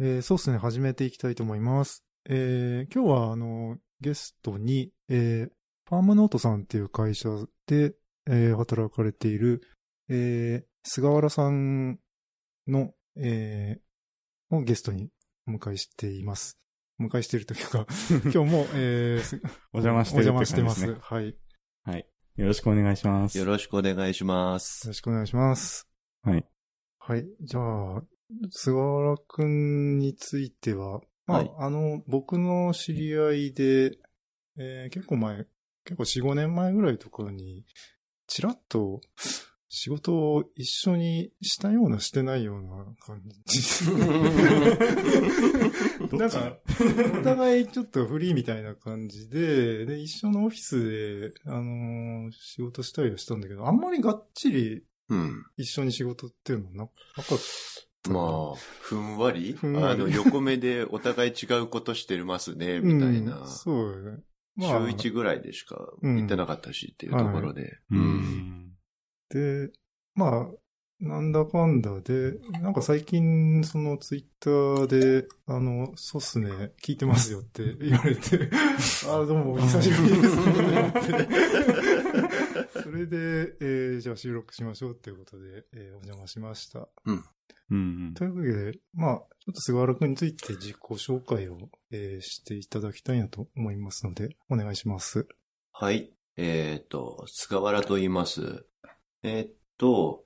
えーそうですね、始めていきたいと思います。えー今日は、あの、ゲストに、えーファームノートさんっていう会社で、えー働かれている、えー菅原さんの、えーをゲストにお迎えしています。お迎えしているという か、今日も、えーすお邪魔してるってお邪魔感しじてでますす。ね。はい。よはい。よろしくお願いします。よろしくお願いします。ろしくお願いします。はい。はい。じゃあ、菅原くんについては、まあ、はいあの、僕の知り合いで、えー結構前、結構4、5年前ぐらいとかに、ちらっと仕事を一緒にしたようなしてないような感じ。 なんか、お互いちょっとフリーみたいな感じで、で、一緒のオフィスで、あのー仕事したりはしたんだけど、あんまりがっちりうん。一緒に仕事っていうのはななかっまあ、ふんわりふんわりあの、横目でお互い違うことしてますね、みたいな。うんそうだよね。週一ぐらいでしか行ってなかったしっていうところで。 うーん。で、まあ、なんだかんだで、なんか最近、そのツイッターで、あの、そうっすね、聞いてますよって言われて、あどうも、お久しぶりですね、ってそれで、えーじゃあ収録しましょうっていうことで、えーお邪魔しました。うん。というわけで、まあ、ちょっと菅原くんについて自己紹介を、えーしていただきたいなと思いますので、お願いします。はい。えっ、と、菅原と言います。えーっと、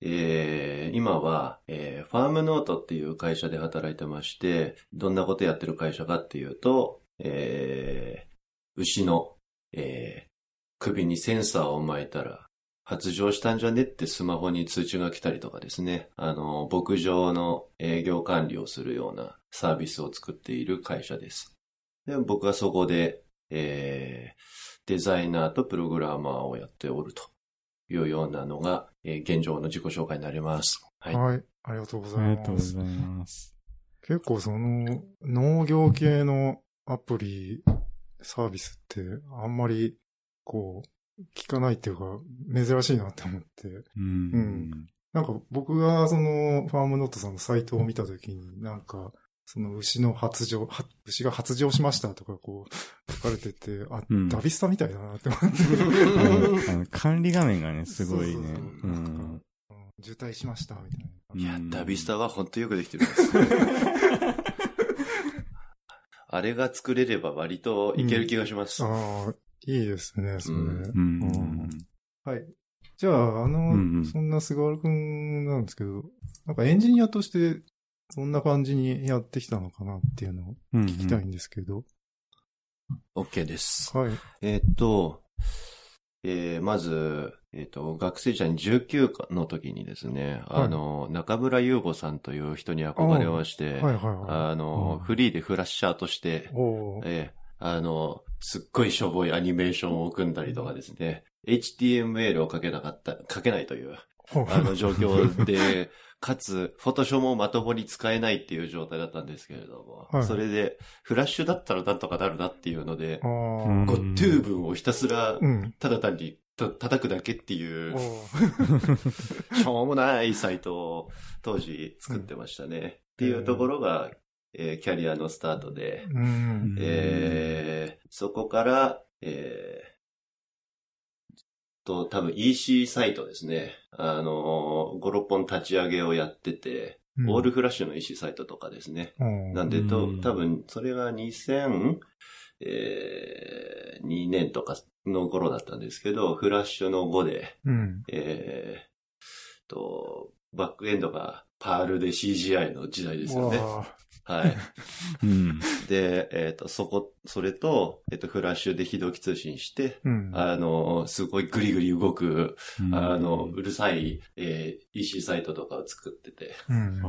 えー今は、えーファームノートっていう会社で働いてまして、どんなことやってる会社かっていうと、えー牛の、えー首にセンサーを巻いたら、発情したんじゃねってスマホに通知が来たりとかですね、あの、牧場の営業管理をするようなサービスを作っている会社です。で、僕はそこで、えーデザイナーとプログラマーをやっておるというようなのが、えー現状の自己紹介になります。はい。はい、ありがとうございあまりす。がとうございます。結構その農業系のアプリサービスってあんまりこう聞かないっていうか珍しいなって思って。うん。なんか僕がそのファームノートさんのサイトを見たときになんかその牛の発情、は牛が発情しましたとかこう書かれてて、あ、うんダビスタみたいだなって思って。あのあの管理画面がね、すごいね。。そううそうそうん渋滞しましたみたいな。いや、ダビスタは。は本当よくできてるんです。あれが作れれば割といける気がします。ああ、いいですね、それ。うんうん。はい。じゃあ、あの、うんうんそんな菅原くんなんですけど、なんかエンジニアとして、どんな感じにやってきたのかなっていうのをうん聞きたい。んですけど。 OK です。はい。えーっと、えーまず、えーっと、学生時代に19の時にですね、はいあの、中村優吾さんという人に憧れまして、はいはいはあの、うんフリーでフラッシャーとしてい。、おーええあの、すっごいしょぼいアニメーションを組んだりとかですね、HTML を書けなかった、書けないという、ほう あの状況で、かつ、フォトショーもまともに使えないっていう状態だったんですけれども、はいそれで、フラッシュだったらなんとかなるなっていうので、あうんーゴットゥー文をひたすらう、ん。ただ単にた叩くだけっていうお、ーしょうもないサイトを当時作ってましたね。っていうところが、えーキャリアのスタートで、うん。えーそこから、えーと、多分 EC サイトですね。あのー、5、6本立ち上げをやってて、うんオールフラッシュの EC サイトとかですね。うんなんで、とうん、多分、それが2000、えー2年とかの頃だったんですけど、フラッシュの5で、うん。えーと、バックエンドがパールで CGI の時代ですよね。わーはい。うん。で、えっ、と、そこ、それと、えっ、と、フラッシュで非同期通信して、うん。あの、すごいグリグリ動く、うんあの、うるさい、えー EC サイトとかを作ってて、うん。あ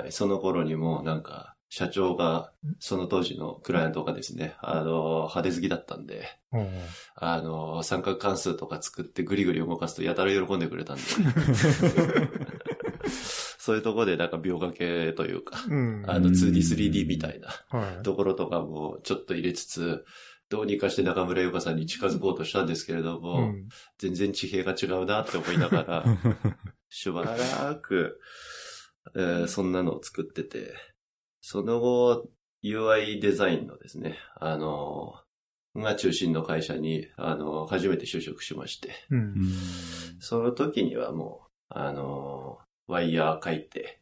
はい。その頃にもうなんか、社長が、その当時のクライアントがですね、あの、派手好きだったんで、おーあの、三角関数とか作ってグリグリ動かすとやたら喜んでく れたんで、そういうところでなんか描画系というか、うん。あの 2D3D みたいなはい。ところとかもちょっと入れつつ、どうにかして中村優香さんに近づこうとしたんですけれどうも、ん。 全然地平が違うなって思いながら、しばらく、えーそんなのを作ってて、その後、UI デザインのですね、あのーが中心の会社に、あのー初めて就職しまして、うん。その時にはもう、あのーワイヤー書いて、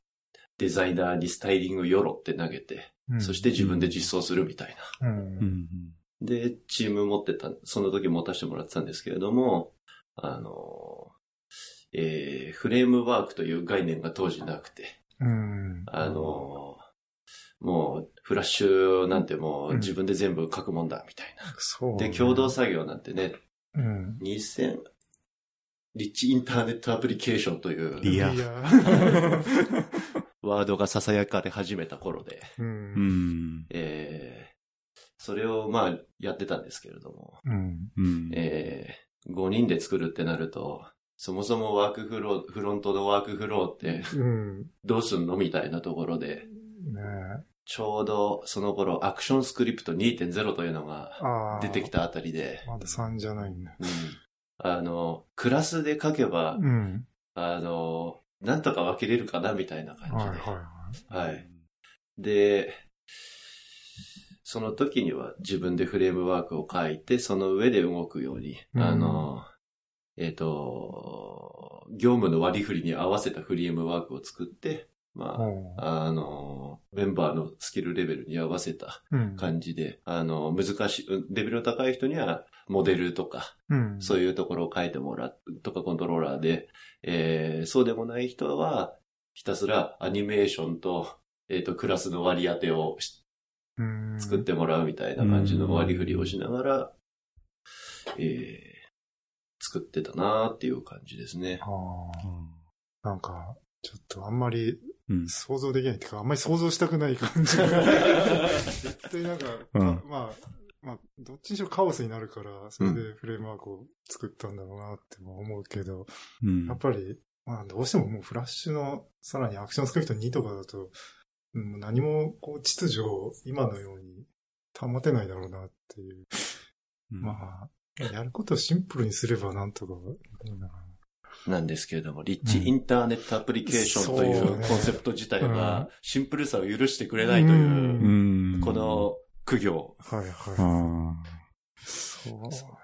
デザイナーにスタイリングよろって投げて、うんそして自分で実装するみたいな。うん。うんで、チーム持ってた、その時持たせてもらってたんですけれども、あの、えーフレームワークという概念が当時なくて、うん。あの、もう、フラッシュなんてもううん自分で全部書くもんだ、みたいな。そう。で、共同作業なんてね、うん。 2000、リッチインターネットアプリケーションといリうアや。 ワードが囁かれ始めた頃で、う。うんんえーそれをまあ、やってたんですけれども、うん。うんえー、5人で作るってなると、そもそもワークフロー、フロントのワークフローって うん。どうすんのみたいなところで、ねえ。ちょうどその頃アクションスクリプト2.0というのがああ。出てきたあたりで、まだ3じゃないんだ。うんあの、クラスで書けば、うん。あの、なんとか分けれるかなみたいな感じはいで。はいはい。はい。で、その時には自分でフレームワークを書いて、その上で動くように、うんあの、えっ、と、業務の割り振りに合わせたフレームワークを作って、まおうあ、あの、メンバーのスキルレベルに合わせたうん。感じで、あの、難しい、レベルの高い人には、モデルとか、うん。そういうところを書いてもらうとか、コントローラーで、えーそうでもない人は、ひたすらアニメーションと、えっ、と、クラスの割り当てをしうん。作ってもらうみたいな感じの割り振りをしながら、えー作ってたなーっていう感じです ね。ああ。なんか、ちょっとあんまりうん想像できないっていうか、あんまり想像したくない感 じが。絶対なんか、うんまあ、まあ、どっちにしろカオスになるから、それでフレームワークを作ったんだろうなっても思うけど、うんやっぱり、まあ、どうしてももうフラッシュの、さらにアクションスクリプト2とかだと、うん何もこう秩序を今のように保てないだろうなっていう。うんまあ、やることをシンプルにすればなんとかいいんだろなんですけれども、リッチインターネットアプリケーションといそううねコンセプト自体うんは、シンプルさを許してくれないというう、んこの苦行うな。はいはい。あそ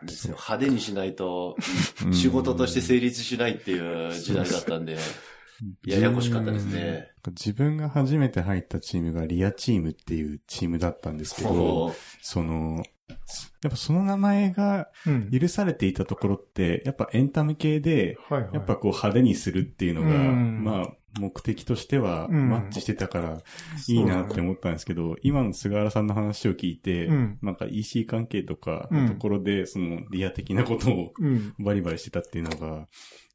う。ですよ。派手にしないと、ーうん仕事として成立しないっていう時代だったんで、ややこしかったですね。うん自分が初めて入ったチームがリアチームっていうチームだったんですけど、こその、やっぱその名前がうん許されていたところって、やっぱエンタメ系で、はいはい。やっぱこう派手にするっていうのが、うんまあ目的としてはうんマッチしてたからいいなって思ったんですけど、今の菅原さんの話を聞いて、うんなんか EC 関係とかのところで、そのリア的なことを うん。バリバリしてたっていうのが、なん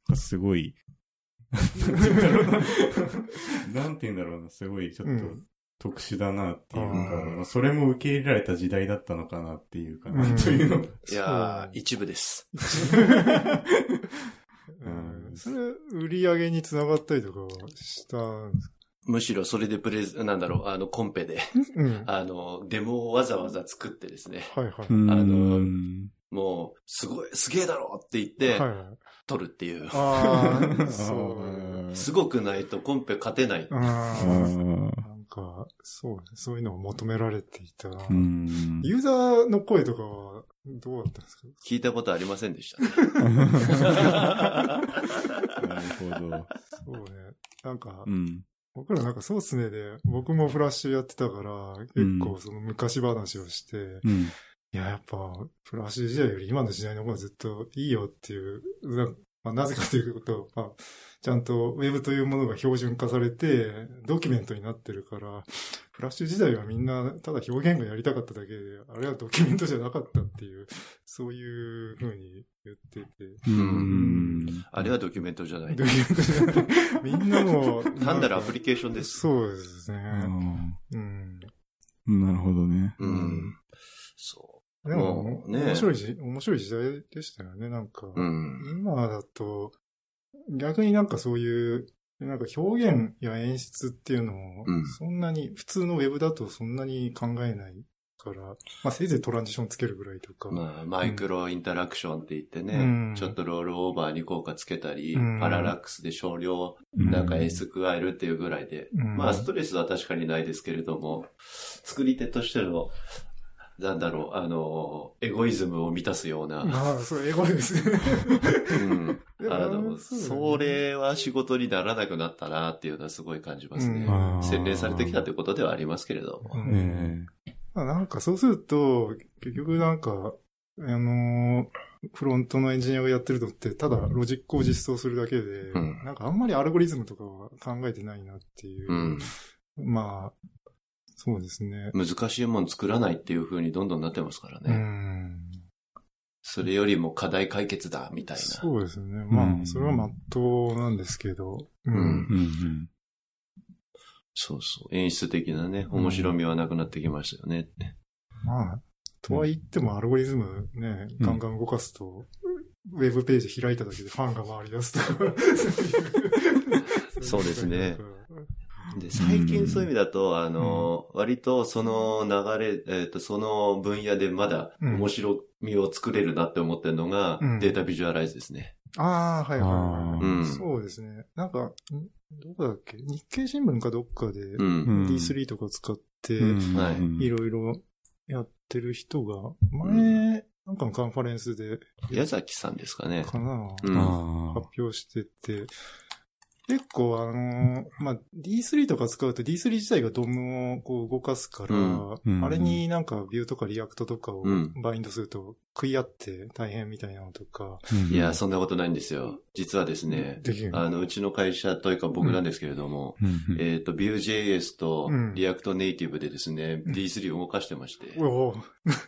かすごい、なんて言うんだろうな、すごいちょうっとん特殊だなっていうか、うんまあそれも受け入れられた時代だったのかなっていうかな、うんというのが。う、いや ー、一部です。うんそれ、売り上げにつながったりとかはしたんですかむしろそれでプレゼン、なんだろう、あの、コンペで、うん。はあの、デモをわざわざ作ってですね、いはい。うんあのもう、すごい、すげえだろって言って、はいはい。取るっていう。ああ、そう あ。すごくないとコンペ勝てない。あーーうんなんか、そうね、そういうのを求められていたな。 うんユーザーの声とかはどうだったんですか聞いたことありませんでしたね。 なるほど。そうね。なんか、うん。僕らなんかそうっすねで、僕もフラッシュやってたから、結構その昔話をして、うん。いや、やっぱ、フラッシュ時代より今の時代の方がずっといいよっていう、な,、まあ、なぜかということまあ、ちゃんとウェブというものが標準化されて、ドキュメントになってるから、フラッシュ時代はみんな、ただ表現がやりたかっただけで、あれはドキュメントじゃなかったっていう、そういうふうに言ってて、うんあれはドキュメントじゃないド。キュメントじゃなくて、みんなも、単なるアプリリケーションです。そうですね。んうん。なるほどね。うん。そでも、ね面白いじ、面白い時代でしたよね、なんか。う。うん。今だと、逆になんかそういう、なんか表現や演出っていうのをうん、そんなに、普通のウェブだとそんなに考えないかから、まあせいぜいトランジションつけるぐらいとか。まあ、マイクロインタラクションって言ってね、うんちょっとロールオーバーに効果つけたり、うんパララックスで少量うんなんか S 加えるっていうぐらいで、うんまあストレスは確かにないですけれども、作り手としての、なんだろう、あの、エゴイズムを満たすような、まあ、そう、英語です ね。 うん。あの、それれは仕事にならなくなったなっていうのはすごい感じますね。うんあー洗練されてきたということではありますけれども。うんえまあなんかそうすると、結局なんか、あのーフロントのエンジニアがやってるのって、ただロジックを実装するだけで、んなんかあんまりアルゴリズムとかは考えてないなっていう。うん。まあ、そうですね。難しいもん作らないっていう風にどんどんなってますからね。うん。それよりも課題解決だ、みたいな。そうですね。まうあ、んそれはまっとうなんですけど。ううんえうんそうそう。演出的なね、面白みはなくなってきましたよね。まあ、とは言ってもアルゴリズムね、ガンガン動かすと、ウェブページ開いただけでファンが回り出すとか。 そ うですねうん。で、最近そういう意味だと、あの、割とその流れ、えっ、と、その分野でまだうん面白みを作れるなって思ってるのが、うんデータビジュアライズですね。ああ、はいはいはい、あーうんそうですね。なんか、んどこだっけ日経新聞かどっかでうん。うん D3 とか使って、うんはいいろいろやってる人が、前、なんかのカンファレンスで、矢崎さんですかね。かな、あうん。あ発表してて、結構あのーまあ、D3 とか使うと D3 自体がドムをこう動かすから、うんうんあれになんかビューとかリアクトとかをうんバインドすると食い合って大変みたいなのとか、うんいや、そんなことないんですよ。実はですね、できる。あの、うちの会社というか僕なんですけれども、うんうんえっ、と、Vue.js とうん React Native でですね、うん D3 動かしてまして。おお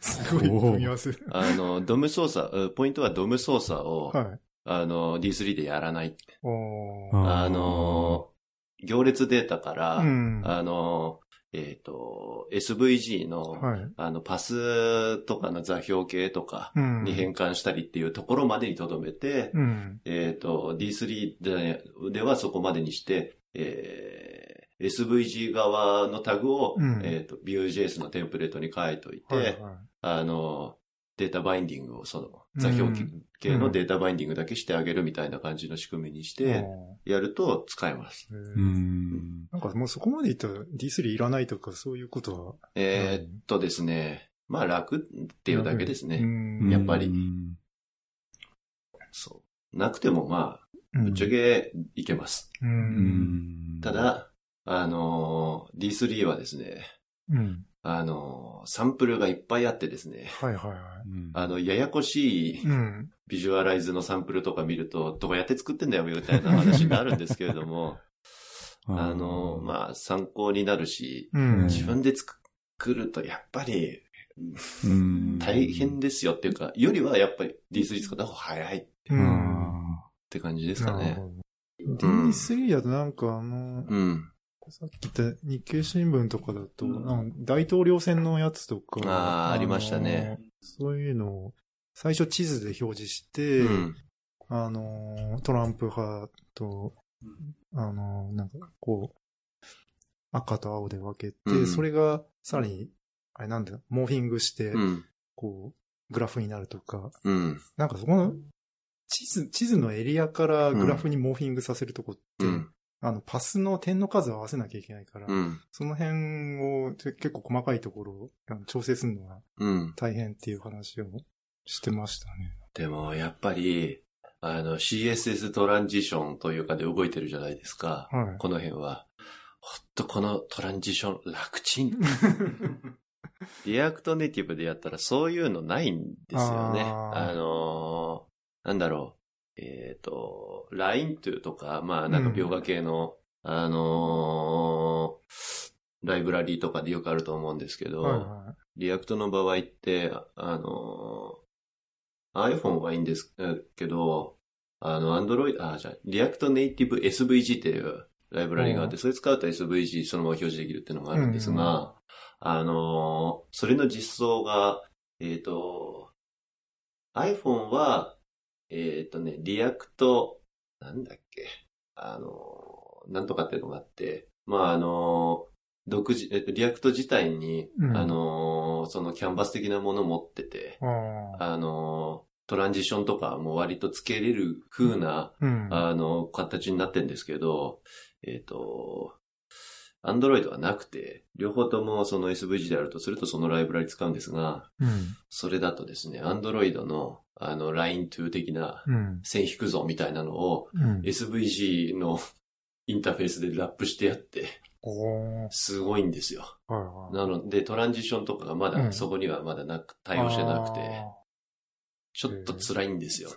すごい組み合わせ。あの、ドム操作、うんポイントはドム操作を、はい。あの、D3 でやらない。おーあーあの、行列データから、うん。はあの、えっ、と、SVG の、い。あの、パスとかの座標系とかうん。に変換したりっていうところまでにとどめて、うん。えっ、と、D3 でではそこまでにして、えー SVG 側のタグを、うんえっ、と、Vue.js のテンプレートに書いといて、はいはいあの、データバインディングを、その、座標うん系のデータバインディングだけしてあげるみたいな感じの仕組みにして、おやると使えます。ーへーうんなんかもうそこまでいったら D3 いらないとかそういうことは。えーっとですね、まあ楽っていうだけですうね。んうんやっぱりうんそう。なくてもまあ、うぶっちゃけいけます。う。うんんただ、あのー D3 はですね、うん。あのーサンプルがいっぱいあってですね、はいはいはうんあの、ややこしいい。うん。ビジュアライズのサンプルとか見ると、どうやって作ってんだよ、みたいな話になるんですけれど も、あの、まあ、参考になるし、うん。自自分で作るとやっぱりうん大変ですよっていうか、よりはやっぱり D3 使った方が早いっうん。て感じですかなるね。ほど。D3 だとなんかあの、うん。さっき言った日経新聞とかだと、なんか大統領選のやつとか。あーありましたねあの。そういうのを、最初地図で表示して、うん。あのー、トランプ派と、あのー、なんかこう、赤と青で分けて、うんそれがさらに、あれなんだよ、モーフィングしてう、ん。こう、グラフになるとか、うん。なんかそこの、地図、地図のエリアからグラフにモーフィングさせるとこって、うん。あの、パスの点の数を合わせなきゃいけないから、うん。その辺をて結構細かいところをあの調整するのはうん。大変っていう話をしてましたね。でも、やっぱり、あの、CSS トランジションというかで動いてるじゃないですか。はい。この辺は。ほっとこのトランジション楽ち ん。リアクトネイティブでやったらそういうのないんですよね。ああーのーなんだろう。えっ、と、LINE というとか、まあなんかうん描画系の、あのーライブラリーとかでよくあると思うんですけど、はいはリアクトの場合って、ああのー iPhone はいいんですえーけど、あの、Android、あ、じゃあリアクトネイティブ SVG っていうライブラリがあって、それ使うと SVG そのまま表示できるっていうのがあるんですが、あのーそれの実装が、えっ、と、iPhone は、えっ、とね、リアクト、なんだっけ、あのーなんとかっていうのがあって、まあ、あのー独自、えっと、リアクト自体に、うんあのーそのキャンバス的なもの持ってて、ああ。あのートランジションとかも割とつけれる風な、うん。あの、形になってんですけど、えっ、と、アンドロイドはなくて、両方ともその SVG であるとするとそのライブラリ使うんですが、うん。それだとですね、アンドロイドの、あの、line2 的なうん。線引くぞみたいなのをうん。 SVG のインターフェースでラップしてやって、おーすごいんですよ。はいはい。なので、トランジションとかがまうだ、んそこにはまだなく、対応してなくて、あちょっと辛いんですよ。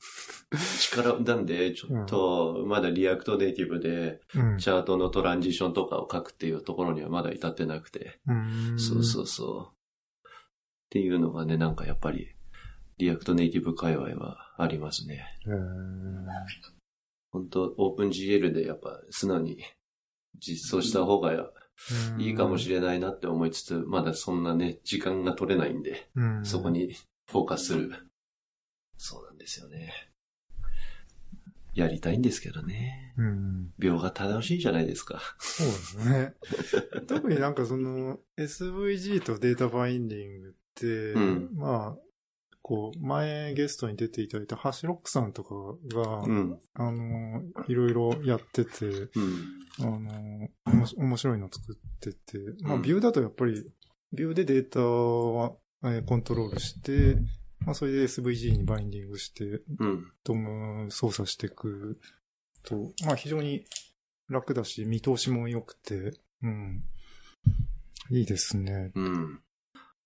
力、なんで、ちょっと、まだリアクトネイティブで、ー。うんチャートのトランジションとかを書くっていうところにはまだ至ってなくて。うん。。そうそううそう。っていうのがね、なんかやっぱり、リアクトネイティブ界隈はありますね。へー本当オープン GL でやっぱ素直に実装した方がいいかもしれないなって思いつつ、まだそんなね、時間が取れないんで、れないそこ。にフォーカスする。そうなんですよね。やりたいんですけどね。うんうん。秒が楽しいじゃないですか。そうですね。 特になんかその SVG とデータファインディングって、んまあ、こう、前ゲストに出ていただいたハシロックさんとかが、うん。あの、いろいろやってて、うん。あの、おもし面白いの作ってて、まあ、うんビューだとやっぱり、ビューでデータは、えーコントロールして、まあ、それで SVG にバインディングして、うん。ドム操作していくと、まあ、非常に楽だし、見通しも良くて、うん。いいですね。うん。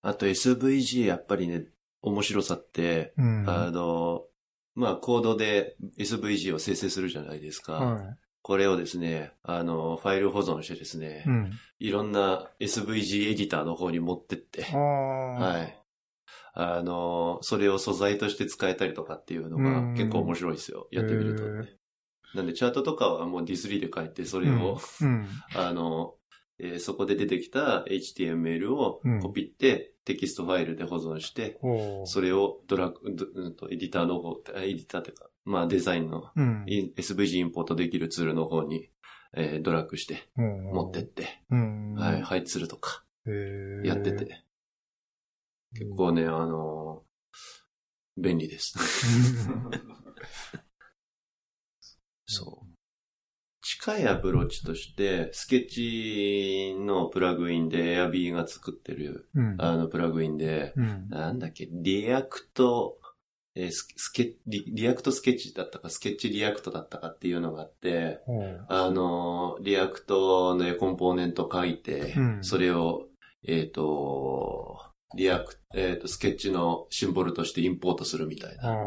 あと SVG やっぱりね、面白さって、うん。あの、まあコードで SVG を生成するじゃないですか。はこれをですね、あの、ファイル保存してですね、い。うん。いろんな SVG エディターの方に持ってって、ああ。はい。あの、それを素材として使えたりとかっていうのがうん結構面白いですよ。やってみるとね。なんでチャートとかはもう D3 で書いて、それを、うん。あの、えーそこで出てきた HTML をうんコピって、テキストファイルで保存して、ほう。それをドラッグ、どうんとエディターの方、あエディターというか、まあデザインのうん。イン SVG インポートできるツールの方に、えードラッグして持持ってっ。て、うん。はい、配置するとかえーやってて、結構ね、あのー便利です。 そう。近いアプローチとして、スケッチのプラグインで Airb が作ってるうん。あの、プラグインで、うん。なんだっけ、リアクト、えーススケリ、リアクトスケッチだったか、スケッチリアクトだったかっていうのがあって、ほう。あのーリアクトのコンポーネント書いて、うんそれを、えっ、と、リアクえっ、と、スケッチのシンボルとしてインポートするみたいああな。。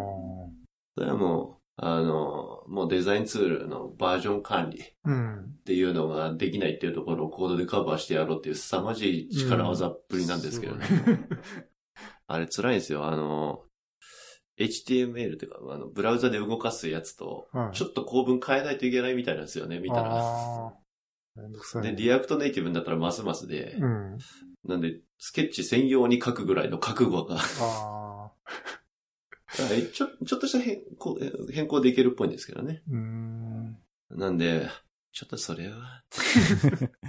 それはもう、あのーもうデザインツールのバージョン管理っうん。ていうのができないっていうところをコードでカバーしてやろうっていう凄まじい力技っぷりなんですけどね。すごいあれ辛いんですよ。あの、HTML っていうか、あの、ブラウザで動かすやつと、はい。ちょっっと構文変えないといけないみたいなんですよね、見たら。ああ。めんどくさい。で、リアクトネイティブになったらますますで、うん。なんで、スケッチ専用に書くぐらいの覚悟が、ああ。はいちょ、ちょっとした変更、変更でいけるっぽいんですけどね。うーん。なんで、ちょっとそれは、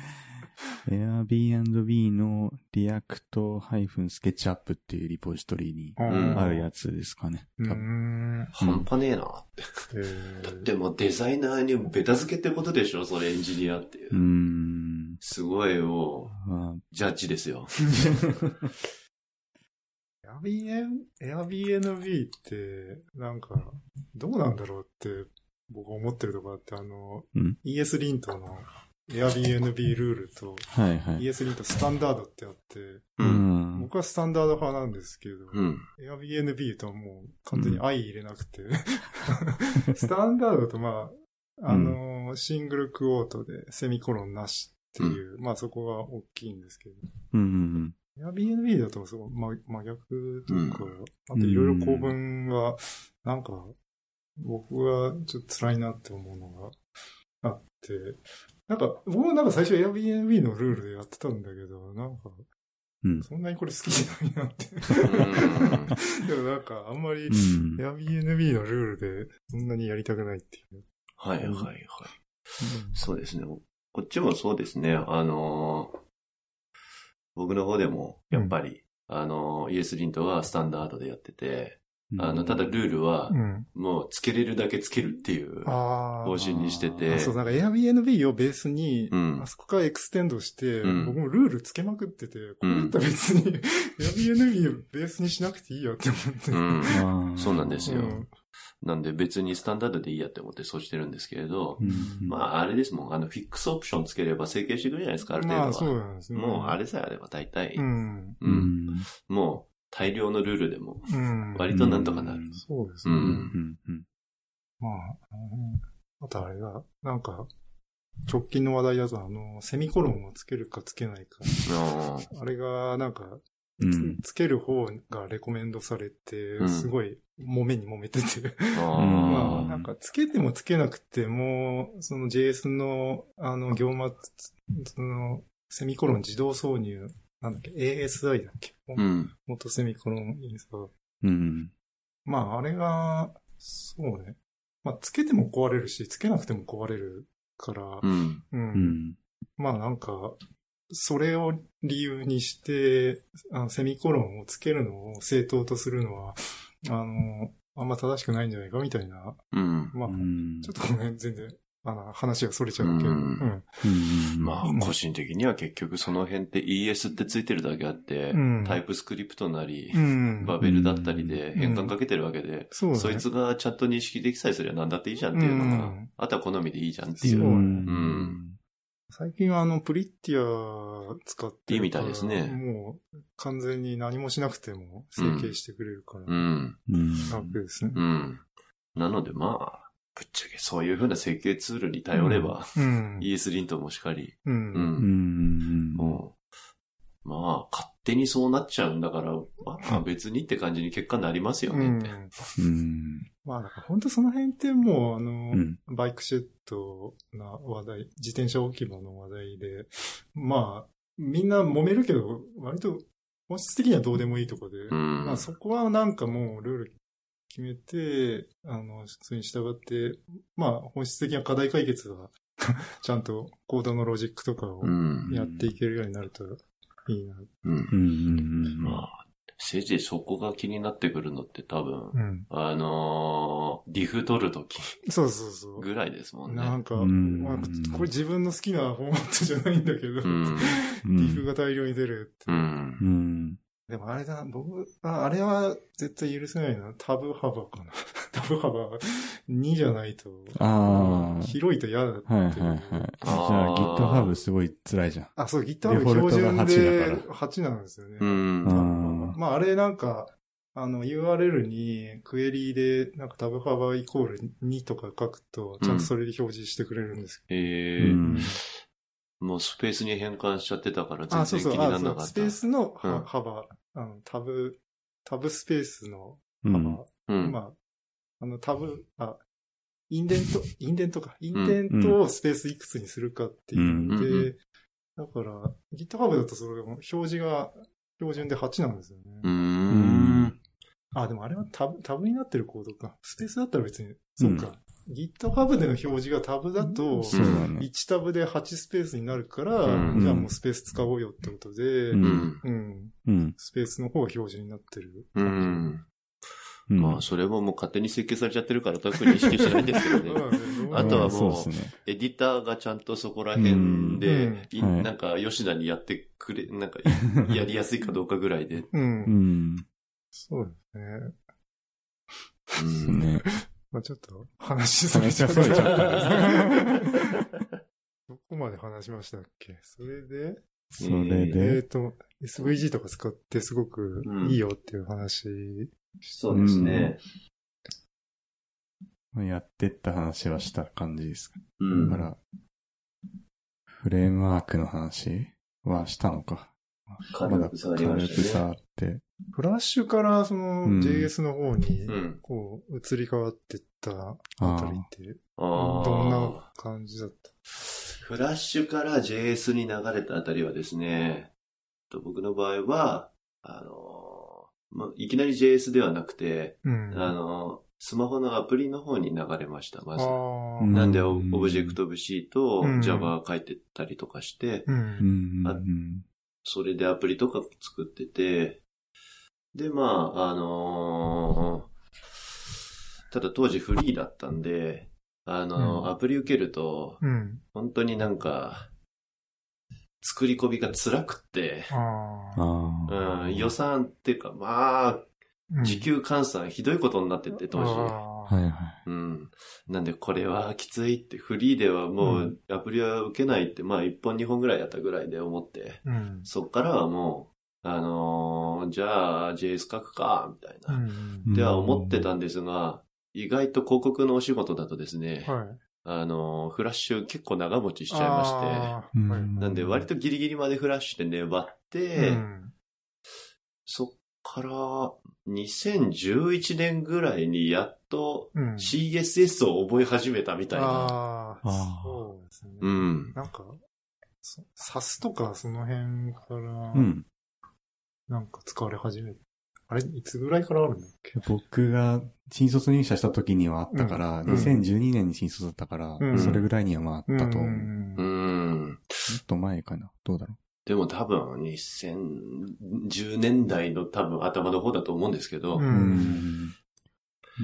Airbnb の React-SketchUp っていうリポジトリにんあるやつですかね。うー多分ん。半端ねえな。えーだってもうデザイナーにベタ付けってことでしょ、それエンジニアっていうう。ん。すごいよ、まあジャッジですよ。 Airbnb Airbnb って、なんか、どうなんだろうって、僕思ってるとこあって、あの、うん ES リントの Airbnb ルールと、 はいはい。 ES リントスタンダードってあって、う。うんん。僕はスタンダード派なんですけど、うん。 Airbnb とはもう完全に愛入れなくて、スタンダードとまあ、あのーシングルクオートでセミコロンなしっていう、まあそこが大きいんですけど、うんうん。 Airbnb だとそう、ま、真逆とか、んあといろいろ構文が、なんか、僕はちょっと辛いなって思うのがあって、なんか、僕もなんか最初 Airbnb のルールでやってたんだけど、なんか、うんそんなにこれ好きじゃないなって。うん でもなんか、あんまりう、ん Airbnb のルールで、そんなにやりたくないっていう。はいはいはい。そうですね。こっちもそうですね。あのー僕の方でも、やっぱり、あのー、ES リントはスタンダードでやってて、あの、ただルールはう、ん。もう、つけれるだけつけるっていうああ。方針にしてーあて、そう、なんか Airbnb をベースに、うんあそこからエクステンドして、うん僕もルールつけまくってて、これだったら別に Airbnb をベースにしなくていいよって思って。うん。あーそうなんですようん。なんで別にスタンダードでいいやって思ってそうしてるんですけれど、うんまあ、あれですもん。あの、フィックスオプションつければ整形してくれるじゃないですか、ある程度まは。あ、そうなんですね。もう、あれさえあれば大体、ううん、ん。うん。もう、大量のルールで も、うん。割となんとかなる。そうですね。ううんんうんまあ、うんあとあれだ、なんか、直近の話題だと、あの、セミコロンをつけるかつけないか。あーあれが、なんか、うんつつける方がレコメンドされて、んすごい、揉めに揉めてて。 まあ、あなんか、つけてもつけなくても、その JS の、あの、行間、その、セミコロン自動挿入、なんだっけ、ASI だっけ、ー、うん。元セミコロンインスターうんまあ、あれが、そうね。まあ、つけても壊れるし、つけなくても壊れるから、うん。うん。うんまあ、なんか、それを理由にして、あのセミコロンをつけるのを正当とするのは、あの、あんま正しくないんじゃないかみたいな、うん。まあ、うんちょっとごめん、全然、あの、話がそれちゃうけど、ううんん。うんまあ、個人的には結局その辺って ES ってついてるだけあって、うんタイプスクリプトなりう、ん。バベルだったりでうん変換かけてるわけで、そうだね。そいつがちゃんと認識できさえすれば何だっていいじゃんっていうのが、うんあとは好みでいいじゃんっていそうう。うん最近はあの、プリッティア使ってるからいいみたいですねもう、完全に何もしなくても整形してくれるから、うん。うん楽ですねう。ん。なのでまあ、ぶっちゃけそういう風な設計ツールに頼れば、うん。 ES リントもしかり、う。うんうんん。うんもう、まあ、勝手にそうなっちゃうんだから、まあ別にって感じに結果になりますようねんって。。うんまあ、だから本当その辺ってもう、あの、うんバイクシェットな話題、自転車置き場の話題で、まあ、みんな揉めるけど、割と本質的にはどうでもいいとこで、うんまあそこはなんかもうルール決めて、あの、それに従って、まあ本質的な課題解決は、 ちゃんとコードのロジックとかをうん。やっていけるようになるといいな。うんうんうんまあ、政治そこが気になってくるのって多分、うん。あのー、リフ取るときそうそうそう。ぐらいですもんなね。んか、うんまあこれ自分の好きなフォーマットじゃないんだけど、 うん。うんリフが大量に出るって。うんう。んでもあれだ、僕、ああれは絶対許せないな。タブ幅かな。 タブ幅2じゃないと、ああ広いと嫌だっていう。はいはいはい。じゃあ GitHub すごい辛いじゃん。あ、そう、ギタデーフォル標トが準8でだ8なんですよね。うん。うタブん幅まあ、あれなんか、あの、URL にクエリで、なんかタブ幅イコール2とか書くと、ちゃんとそれで表示してくれるんですうえーけど。んもうスペースに変換しちゃってたからあ、全そう然気そう、にならあなそかった。うスペースのはうん幅、あの、タブ、タブスペースのうん幅、うん。まあ、あの、タブ、あ、インデン ト、インデントか。インデントをスペースいくつにするかっていうので、うんうんうだから、GitHub だとそれも表示が標準で8なんですよね。うーん。あ、でもあれはタブ、タブになってるコードか。スペースだったら別に、そうか。GitHub での表示がタブだと、そうだね。 1タブで8スペースになるから、うんじゃあもうスペース使おうよってことで、ううんん。うん、うん。スペースの方が標準になってる。うん。うんまあ、それももう勝手に設計されちゃってるから特に意識しないんですけ どね。あとはもうそうですね。エディターがちゃんとそこら辺うんで、いはいなんか吉田にやってくれ、なんかいやりやすいかどうかぐらいで。う。うんん。そうですね。うんね。まあちょっと話されちゃった。話されちゃどこまで話しましたっけそれで、それえでっ、、と、SVG とか使ってすごくいいよっていう話。そうですね。やってった話はした感じですか。うだかん。ら、フレームワークの話はしたのか。軽く触りまし軽たねく触って。フラッシュからそのうん JS の方にうん、こう移り変わってったあたりって、あーどんな感じだったフラッシュから JS に流れたあたりはですね、と僕の場合は、あのーまいきなり JS ではなくて、うん。あのスマホのアプリの方に流れました、まず。ああ。うんなんで、オオブジェクト C とうん Java が書いてたりとかして、う。うんん。あそれでアプリとか作ってて、で、まあ、あのーただ当時フリーだったんで、あのーうんアプリ受けると、うん。本当になんか、作り込みが辛くって、ああ。あうあ。ん、予算っていうか、まうあ、ん時給換算ひどいことになってて、当時。ああはいはい。うん。なんで、これはきついって、フリーではもうアプリは受けないって、まあ、1本2本ぐらいやったぐらいで思って、うん。そっからはもう、あのーじゃあ JS 書くか、みたいな。うん。では思ってたんですが、意外と広告のお仕事だとですね、はい。あのーフラッシュ結構長持ちしちゃいまして、あーはいなんで割とギリギリまでフラッシュで粘って、うんそっから2011年ぐらいにやっとうん。 CSS を覚え始めたみたいな。あああーそうですね。うん。なんか、そサスとかその辺からう、ん。なんか使われ始める。あれ、いつぐらいからあるんだっけ僕が新卒入社した時にはあったから、うん2012年に新卒だったから、うんそれぐらいにはまああったとう思う。もんうん。っと前かな。どうだろでも多分2010年代の多分頭の方だと思うんですけど、うう。んうん。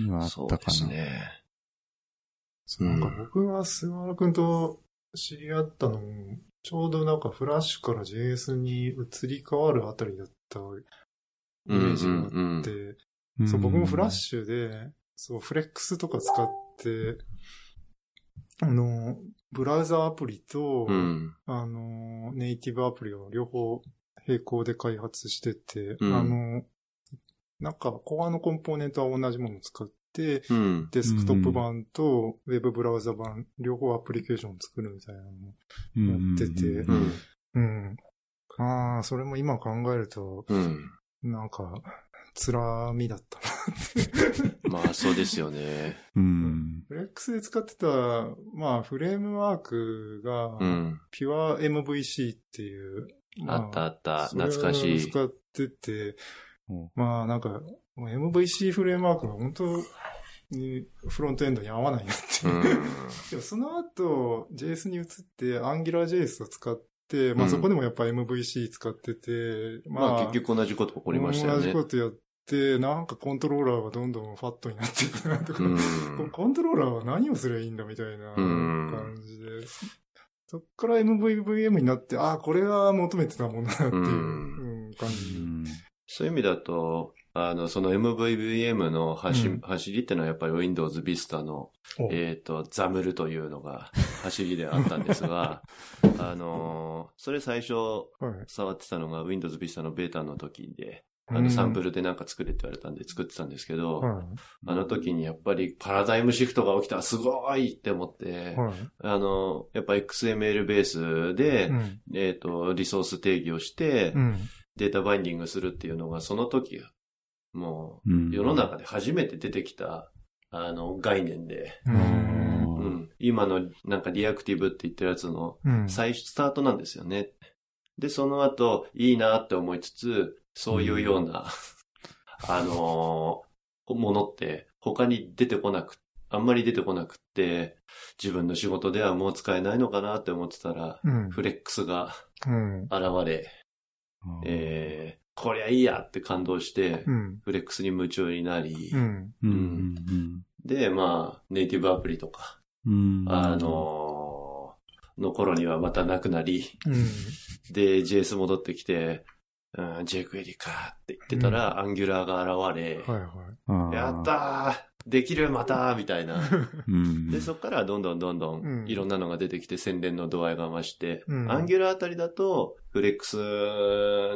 にはあっそうたでかすな。ね。そうなんか僕が菅原くんと知り合ったのも、ちょうどなんかフラッシュから JS に移り変わるあたりだったイうメんうージがあんって、うんそう、僕もフラッシュで、そう、フレックスとか使って、あの、ブラウザアプリと、うん。うん。あの、ネイティブアプリを両方並行で開発してて、うんあの、なんか、コアのコンポーネントは同じものを使って、うん。デスクトップ版とウェブブラウザ版、両方アプリケーションを作るみたいなのも。うんうんやっててううんん。うん。ああ、それも今考えると、うん。なんか、辛みだったなって。まあそうですよね。うん。フレックスで使ってた、まあ、フレームワークがう、ん。ピュア MVC っていう、まあったあった。それを懐かしい。使っててうん、まあなんか、もう MVC フレームワークが本当にフロントエンドに合わないなってういう。ん。でもその後、JS に移って、AngularJS を使って、まうあんそこでもやっぱ MVC 使ってて、まあ結局同じこと起こりましたよ同じねこ。とやって、なんかコントローラーがどんどんファットになっていくなとか、う。こうんコントローラーは何をすればいいんだみたいなうん感じで、そっから MVVM になって、ああ、これが求めてたものだなっていう、うんうん感じ。そういう意味だと、あの、その MVVM の走,、うん走りってのはやっぱり Windows Vista のお、えっ、と、ザムルというのが 走りであったんです が、あのーそれ最初はい触ってたのが Windows Vista のベータの時で、あうの、んサンプルでなんか作れって言われたんで作ってたんですけど、はいあの時にやっぱりパラダイムシフトが起きた、すごいって思って、はいあの、やっぱ XML ベースで、うんえっ、と、リソース定義をして、うんデータバインディングするっていうのが、その時、もうんう、世の中で初めて出てきた、あの、概念で、ううんんうん、今の、なんかリアクティブって言ってるやつのうん最初スタートなんですよね。で、その後、いいなって思いつつ、そういうような、 あのーものって、他に出てこなく、あんまり出てこなくって、自分の仕事ではもう使えないのかなって思ってたら、うんフレックスがうん現れ、えー、こりゃいいやって感動して、うんフレックスに夢中になり、うんうんで、まあ、ネイティブアプリとか、うんうんあのーの頃にはまたなくなり、うんで、JS 戻ってきて、うん、JQuery かって言ってたら、アンギュラーが現れ、はいはあーやったーできるまたーみたいな。うんで、そこからどんどんどんどうんんいろんなのが出てきて洗練の度合いが増して、うんアンギュラーあたりだとフレックス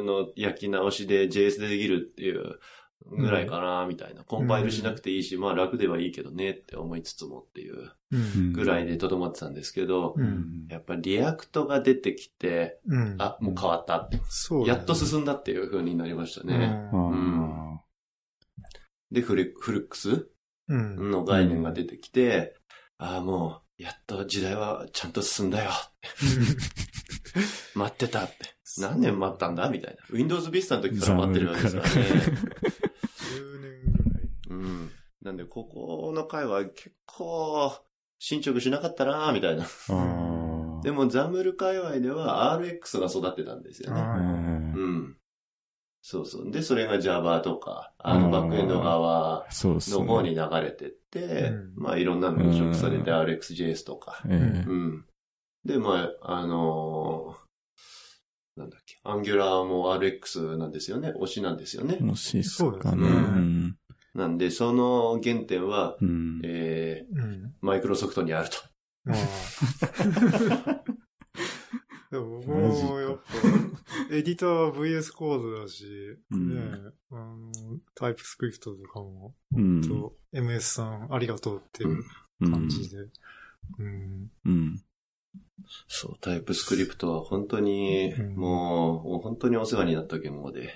の焼き直しで JS でできるっていうぐらいかなみたいな、コンパイルしなくていいし、まあ楽ではいいけどねって思いつつもっていうい。うんうんぐらいでとどまってたんですけど、ううんんやっぱリアクトが出てきて、うん、あ、もう変わったって。そうだやねっと進んだっていう風になりましたうね。あんーで、フレフレックスうん の概念が出てきて、ああ、もう、やっと時代はちゃんと進んだよ。待ってたって。何年待ったんだみたいな。Windows Vista の時から待ってるわけですからね。 10年ぐらい。うん。なんで、ここの回は結構、進捗しなかったなーみたいな。あーでも、ザムル界隈では RX が育ってたんですよね。あうんうん。そうそう。で、それが Java とか、あの、バックエンド側そうですのね。方に流れてって、うんまあ、いろんなのに移植されてう RxJS とか、えうん。で、まあ、あのーなんだっけ、アンギュラーも RX なんですよね。推しなんですよねえ。。もしっすかそうでね。すねうんなんで、その原点は、うんえー、うん。マイクロソフトにあると。まあ。でも僕マジかもやっぱ、エディターは VS コードだし、うんねえあの、タイプスクリプトとかも、うんと MS さんありがとうっていう感じで。うん。うん。そう、タイプスクリプトは本当に、うんもう、もう本当にお世話になった言語で、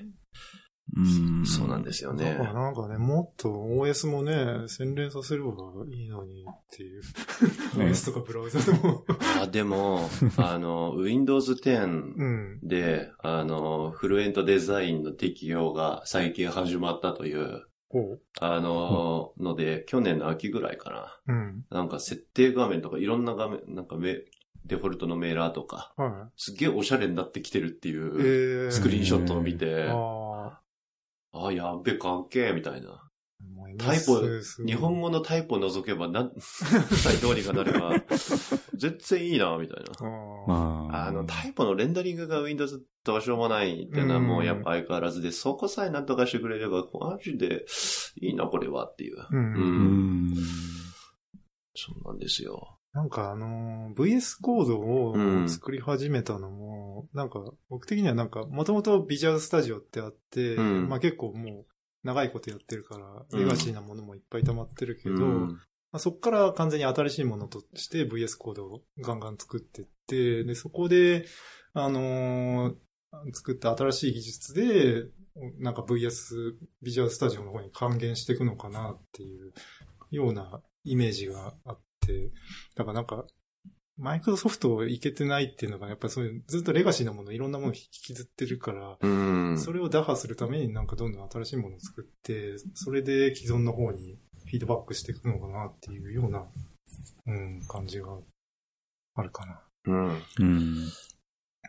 うん。そうなんですよだねか。らなんかね、もっと OS もね、洗練させればいいのにって いう。OS とかブラウザでも。あ、でも、あの、Windows 10うん。で、あの、フルエントデザインの適用が最近始まったという、こあの、ので、去年の秋ぐらいかな。う。うん。なんか設定画面とかいろんな画面、なんかメデフォルトのメーラーとか、はすっげえおしゃれになってきてるっていい。えうー。スクリーンショットを見て、ああ。あ、やっべ、かっけえ、みたいな。もうタイプ MS すごい日本語のタイプを除け ば、なん、さえどうにかなれば、全然いいな、みたいな。ああ。まあ。あの、タイプのレンダリングが Windows どうしようもないっていうのはうんもうやっぱ相変わらずで、そこさえなんとかしてくれれば、マジでいいな、これはっていう。うん。うんうん。そうなんですよ。なんかあのー、VS コードうをん作り始めたのも、なんか僕的にはなんか、もともとビジュアルスタジオってあって、うんまあ結構もう長いことやってるから、うんレガシーなものもいっぱい溜まってるけど、うんまあ、そこから完全に新しいものとして VS コードをガンガン作ってって、で、そこで、あのー作った新しい技術で、なんか VS、ビジュアルスタジオの方に還元していくのかなっていうようなイメージがあって、だからなんか、マイクロソフトいけてないっていうのが、やっぱりそういう、ずっとレガシーなもの、いろんなものを引きずってるから、うん。それを打破するためになんかどんどん新しいものを作って、それで既存の方にフィードバックしていくのかなっていうような、うん、感じがあるかな。うん。うん。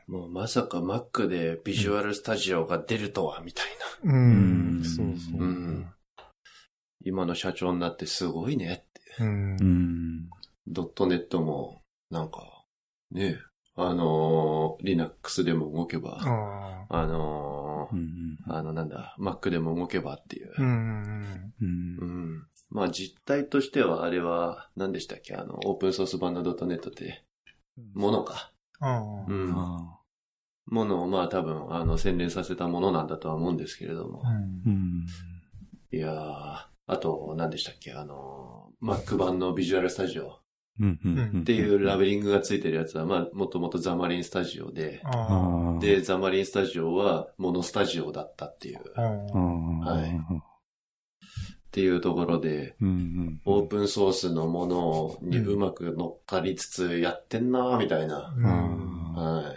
もうまさか Mac でビジュアルスタジオが出るとは、みたいな。うんそうそう。うん今の社長になってすごいねって。うん。うん。ドットネットも、なんか、ねえ、あのー、Linux でも動けば、ああ。あのうー、ん。あのなんだ、Mac でも動けばっていう。うん。うんうん。まあ実態としてはあれは、何でしたっけあの、オープンソース版のドットネットって、ものか。ああ。うん。あものをまあ多分、あの、洗練させたものなんだとは思うんですけれども。うんーうん。いやー、あと、何でしたっけあのー、Mac 版のビジュアルスタジオうん。うんうんん。っっていうラベリングがついてるやつは、まあ、もともとザマリンスタジオで、あああ。で、ザマリンスタジオはモノスタジオだったっていう、あ。あっあ。はいていうところで、うん。オープンソースのものにうまく乗っかりつつやってんなーみたいな。ううん。ん。ああ。は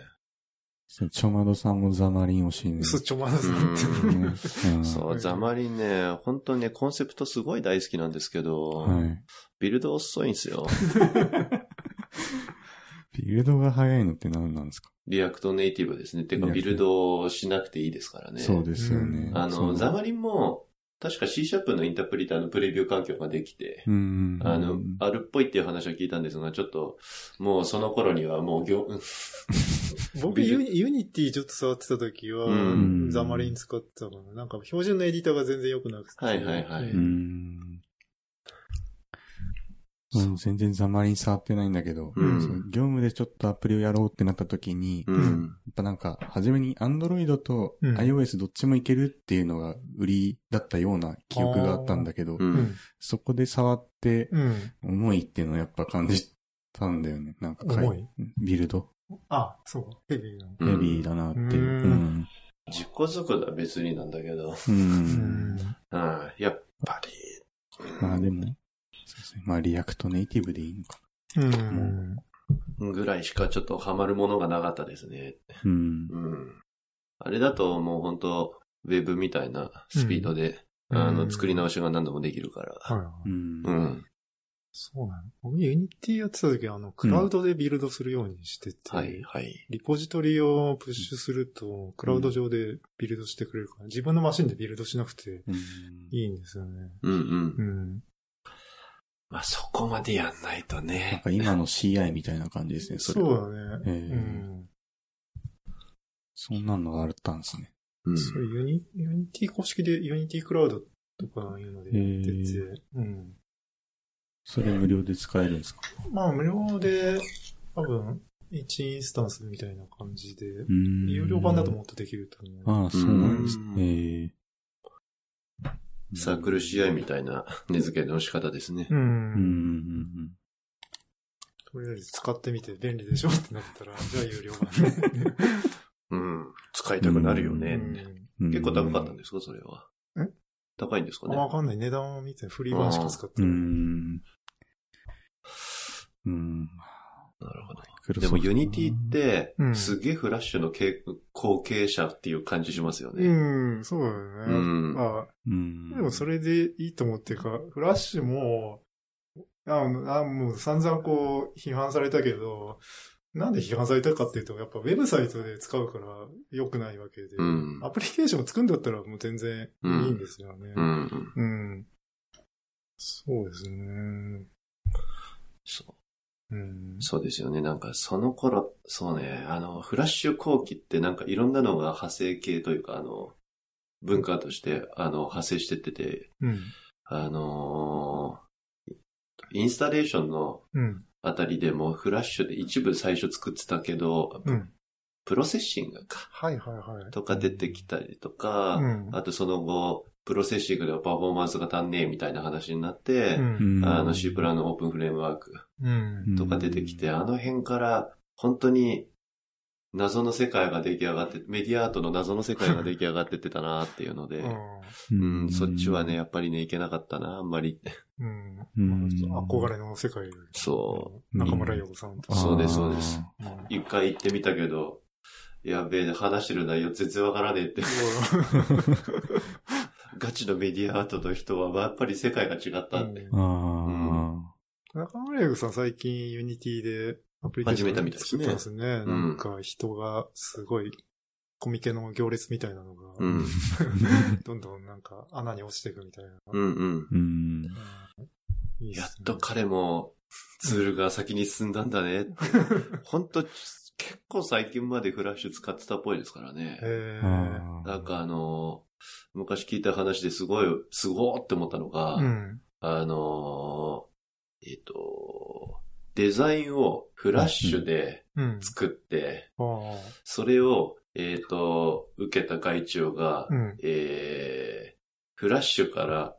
ちょまどさんもザマリン推しいね。そっちょまだい。さんって。うんうんそう、ザマリンね、本当にね、コンセプトすごい大好きなんですけど、はい。ビルド遅いんで すよ。ビルドが早いのって何なんですかリアクトネイティブですね。てか、リアクトビルドしなくていいですからね。そうですよねう。んあその、うザマリンも、確か C シャープのインタープリターのプレビュー環境ができて、うん。あの、あるっぽいっていう話は聞いたんですが、ちょっと、もうその頃にはもう業、僕ユニ、ユニティちょっと触ってた時は、うんザマリン使ってたの。なんか標準のエディターが全然良くなくて。はいはいはいうん。うん全然ザマリン触ってないんだけど、うんそう業務でちょっとアプリをやろうってなった時に、うやっん。ぱなんか、初めに Android とうん iOS どっちもいけるっていうのが売りだったような記憶があったんだけどう、。うんん。そこで触ってうん。重いっていうのをやっぱ感じたんだよね。なんかかい、重いビルドあ、そうか。ヘビーなの。うヘんビーだなっていう。ううんん。実行作は別になんだけど、う。うんん。うん、やっぱり、まあでも、そうですね。まあリアクトネイティブでいいのか。うん。ぐらいしかちょっとハマるものがなかったですね。うん。うん。あれだともう本当ウェブみたいなスピードであうの、ん作り直しが何度もできるかはいら。はうい。ん。うん。そうなの僕、ユニティやってた時は、あの、クラウドでビルドするようにしてて、はい、はい。リポジトリをプッシュすると、クラウド上でビルドしてくれるから、自分のマシンでビルドしなくてうんいいんですよね。うんうんう。ん。まあ、そこまでやんないとなんね。か今の CI みたいな感じですね、それは。そうだね。えうーん。そんなのがあったんですね。うん。それユニ、ユニティ公式でユニティクラウドとかいうのでやってて、へうん。それ無料で使えるんですかまあ、無料で、多分、1インスタンスみたいな感じで、うん有料版だともっとできると思う。ああ、そうなんですう。んええサークル試合みたいな根付けの仕方ですね。う。うんうんうんんとりあえず使ってみて便利でしょってな ったら、じゃあ有料版で。うん。使いたくなるようね。んうん。結構高かったんでですか、それは。え高いんですかあね。わかんない。値段を見て、フリー版しか使ってうない。ん。うん。なるほど。 Microsoft でも、ユニティっ、てう、んすげえフラッシュのけ後継者っていう感じしますよね。うん、そうだよね。うんまうん。あ、でもそれれ、でいいと思うっていうか、フラッシュも、ああもう散々こう批判されたけど、なんで批判されたかっていうと、やっぱウェブサイトで使うから良くないわけで、うん。アプリケーションを作るんだったらもう全然いいんですよね。うん。うん。そうですね。そううん。そうですよね。なんか、その頃、そうね、あの、フラッシュ後期ってなんかいろんなのが派生系というか、あの、文化として、あの、派生してってて、うん。あのーインスタレーションのうん。あたりでもフラッシュで一部最初作ってたけど、うん。プロセッシングか、はいはいはい。とか出てきたりとか、うんあとその後、プロセッシングではパフォーマンスが足んねえみたいな話になって、うん。あの C プラのオープンフレームワークうん。とか出てきて、あの辺から本当に謎の世界が出来上がって、メディアアートの謎の世界が出来上がってってたなっていうので、ううん、そっちはね、、やっぱりね、いけなかったな、あんまり。うん。うんまあ憧れの世界でそ中村洋子さんとあか。ーそうですそうです。うんう、一回行ってみたけど、やべえ、話してる内容全然わからねえって。 ガチのメディアアートの人は、やっぱり世界が違ったって。ああ。 中村洋子さん最近ユニティでアプリケーション作ってますね。たいですねうんなんか人がすごいコミケの行列みたいなのが、うん、 どんどんなんか穴に落ちていくみたいな。うん、うん。ううん。んいいやすねっと彼もツールが先に進んだん だね。ほんと、結構最近までフラッシュ使ってたっぽいですからへね。ーなんかあのー昔聞いた話ですごい、すごーって思ったのが、うん。あのーえっ、と、デザインをフラッシュでうん。作って、ああ。それを、えっ、と、受けた会長が、うん。えー、フラッシュから、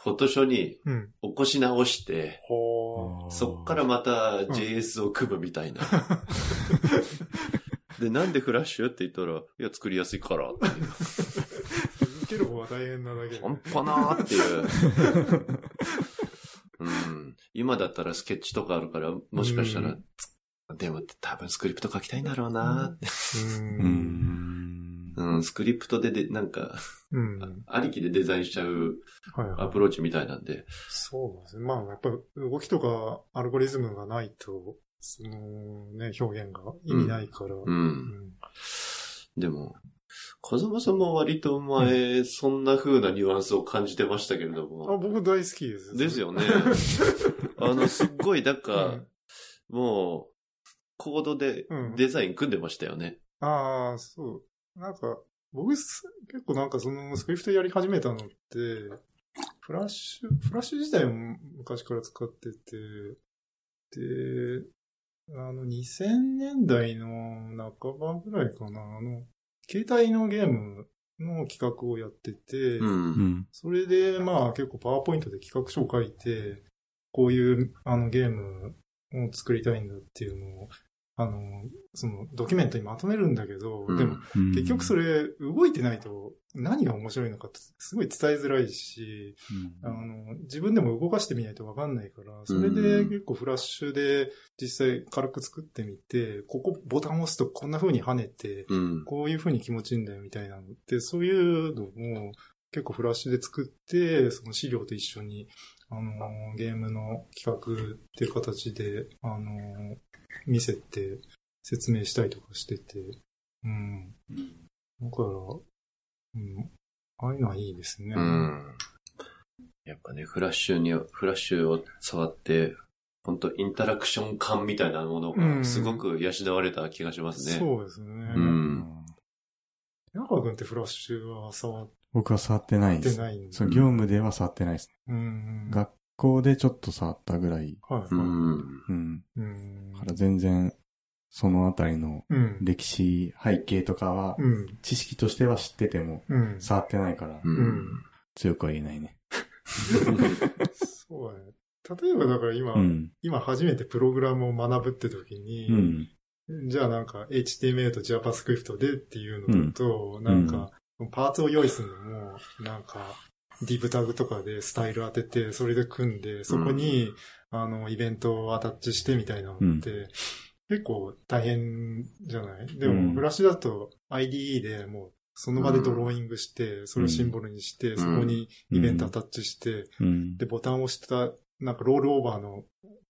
フォトショにうん。起こし直して、ほそっからまた JS を組むみたいな。で、なんでフラッシュって言ったら、いや、作りやすいからっていう。ー。受ける方は大変なだけで。半端なーっていう。うん、今だったらスケッチとかあるから、もしかしたら、でも多分スクリプト書きたいんだろうなーって。う。うんん。うん、スクリプトでで、なんか、うん。ありきでデザインしちゃうはいはいアプローチみたいなんで、そうですね。まあ、やっぱり動きとかアルゴリズムがないと、そのね、表現が意味ないから。う。うんんでも、風間さんも割と前、そんな風なニュアンスを感じてましたけれども。あ僕大好きです。で す。よね。あの、すっごい、なんか、もう、コードでうんデザイン組んでましたよね。ああ、そう。なんか、僕す、結構なんかそのスクリプトやり始めたのって、フラッシュ、フラッシュ自体も昔から使ってて、で、あの、2000年代の半ばぐらいかな、あの、携帯のゲームの企画をやってて、うん。それで、まあ結構パワーポイントで企画書を書いて、こういうあのゲームを作りたいんだっていうのを、あの、そのドキュメントにまとめるんだけど、でも、結局それ、れ動いてないと何が面白いのかってすごい伝えづらいし、あの、自分でも動かしてみないとわかんないから、それでうん結構フラッシュで実際軽く作ってみて、ここボタンを押すとこんな風に跳ねて、うん。こういう風に気持ちいいんだよみたいなのって、そういうのも結構フラッシュで作って、その資料と一緒に、あのーゲームの企画っていう形で、あのー見せて、説明したりとかしてて、うん。だから、うん、ああいうのはいいですね。うん。やっぱね、フラッシュに、フラッシュを触って、本当インタラクション感みたいなものうがんすごく養われた気がしますね。そうですね。うん山川君ってフラッシュは触っ僕は触ってないでてす。ないんですそう、業務では触ってないです。うん。学校でちょっと触ったぐらい。はうい。ん。うん。うんだから全然、そのあたりのうん。歴史、背景とかは、うん。知識としては知ってても、うん。触ってないから、ううんん。強くは言えないね。そうだね。例えばだから今、うん。今初めてプログラムを学ぶって時に、うん。じゃあなんか HTML と JavaScript でっていうのだと、なんか、パーツを用意するのも、なんか、ディブタグとかでスタイル当てて、それで組んで、そこに、あの、イベントをアタッチしてみたいなのって、うん結構大変じゃないでうんも、フラッシュだと IDE でもう、その場でドローイングして、それをシンボルにして、んそこにイベントアタッチして、うんで、ボタンを押した、なんかロールオーバーの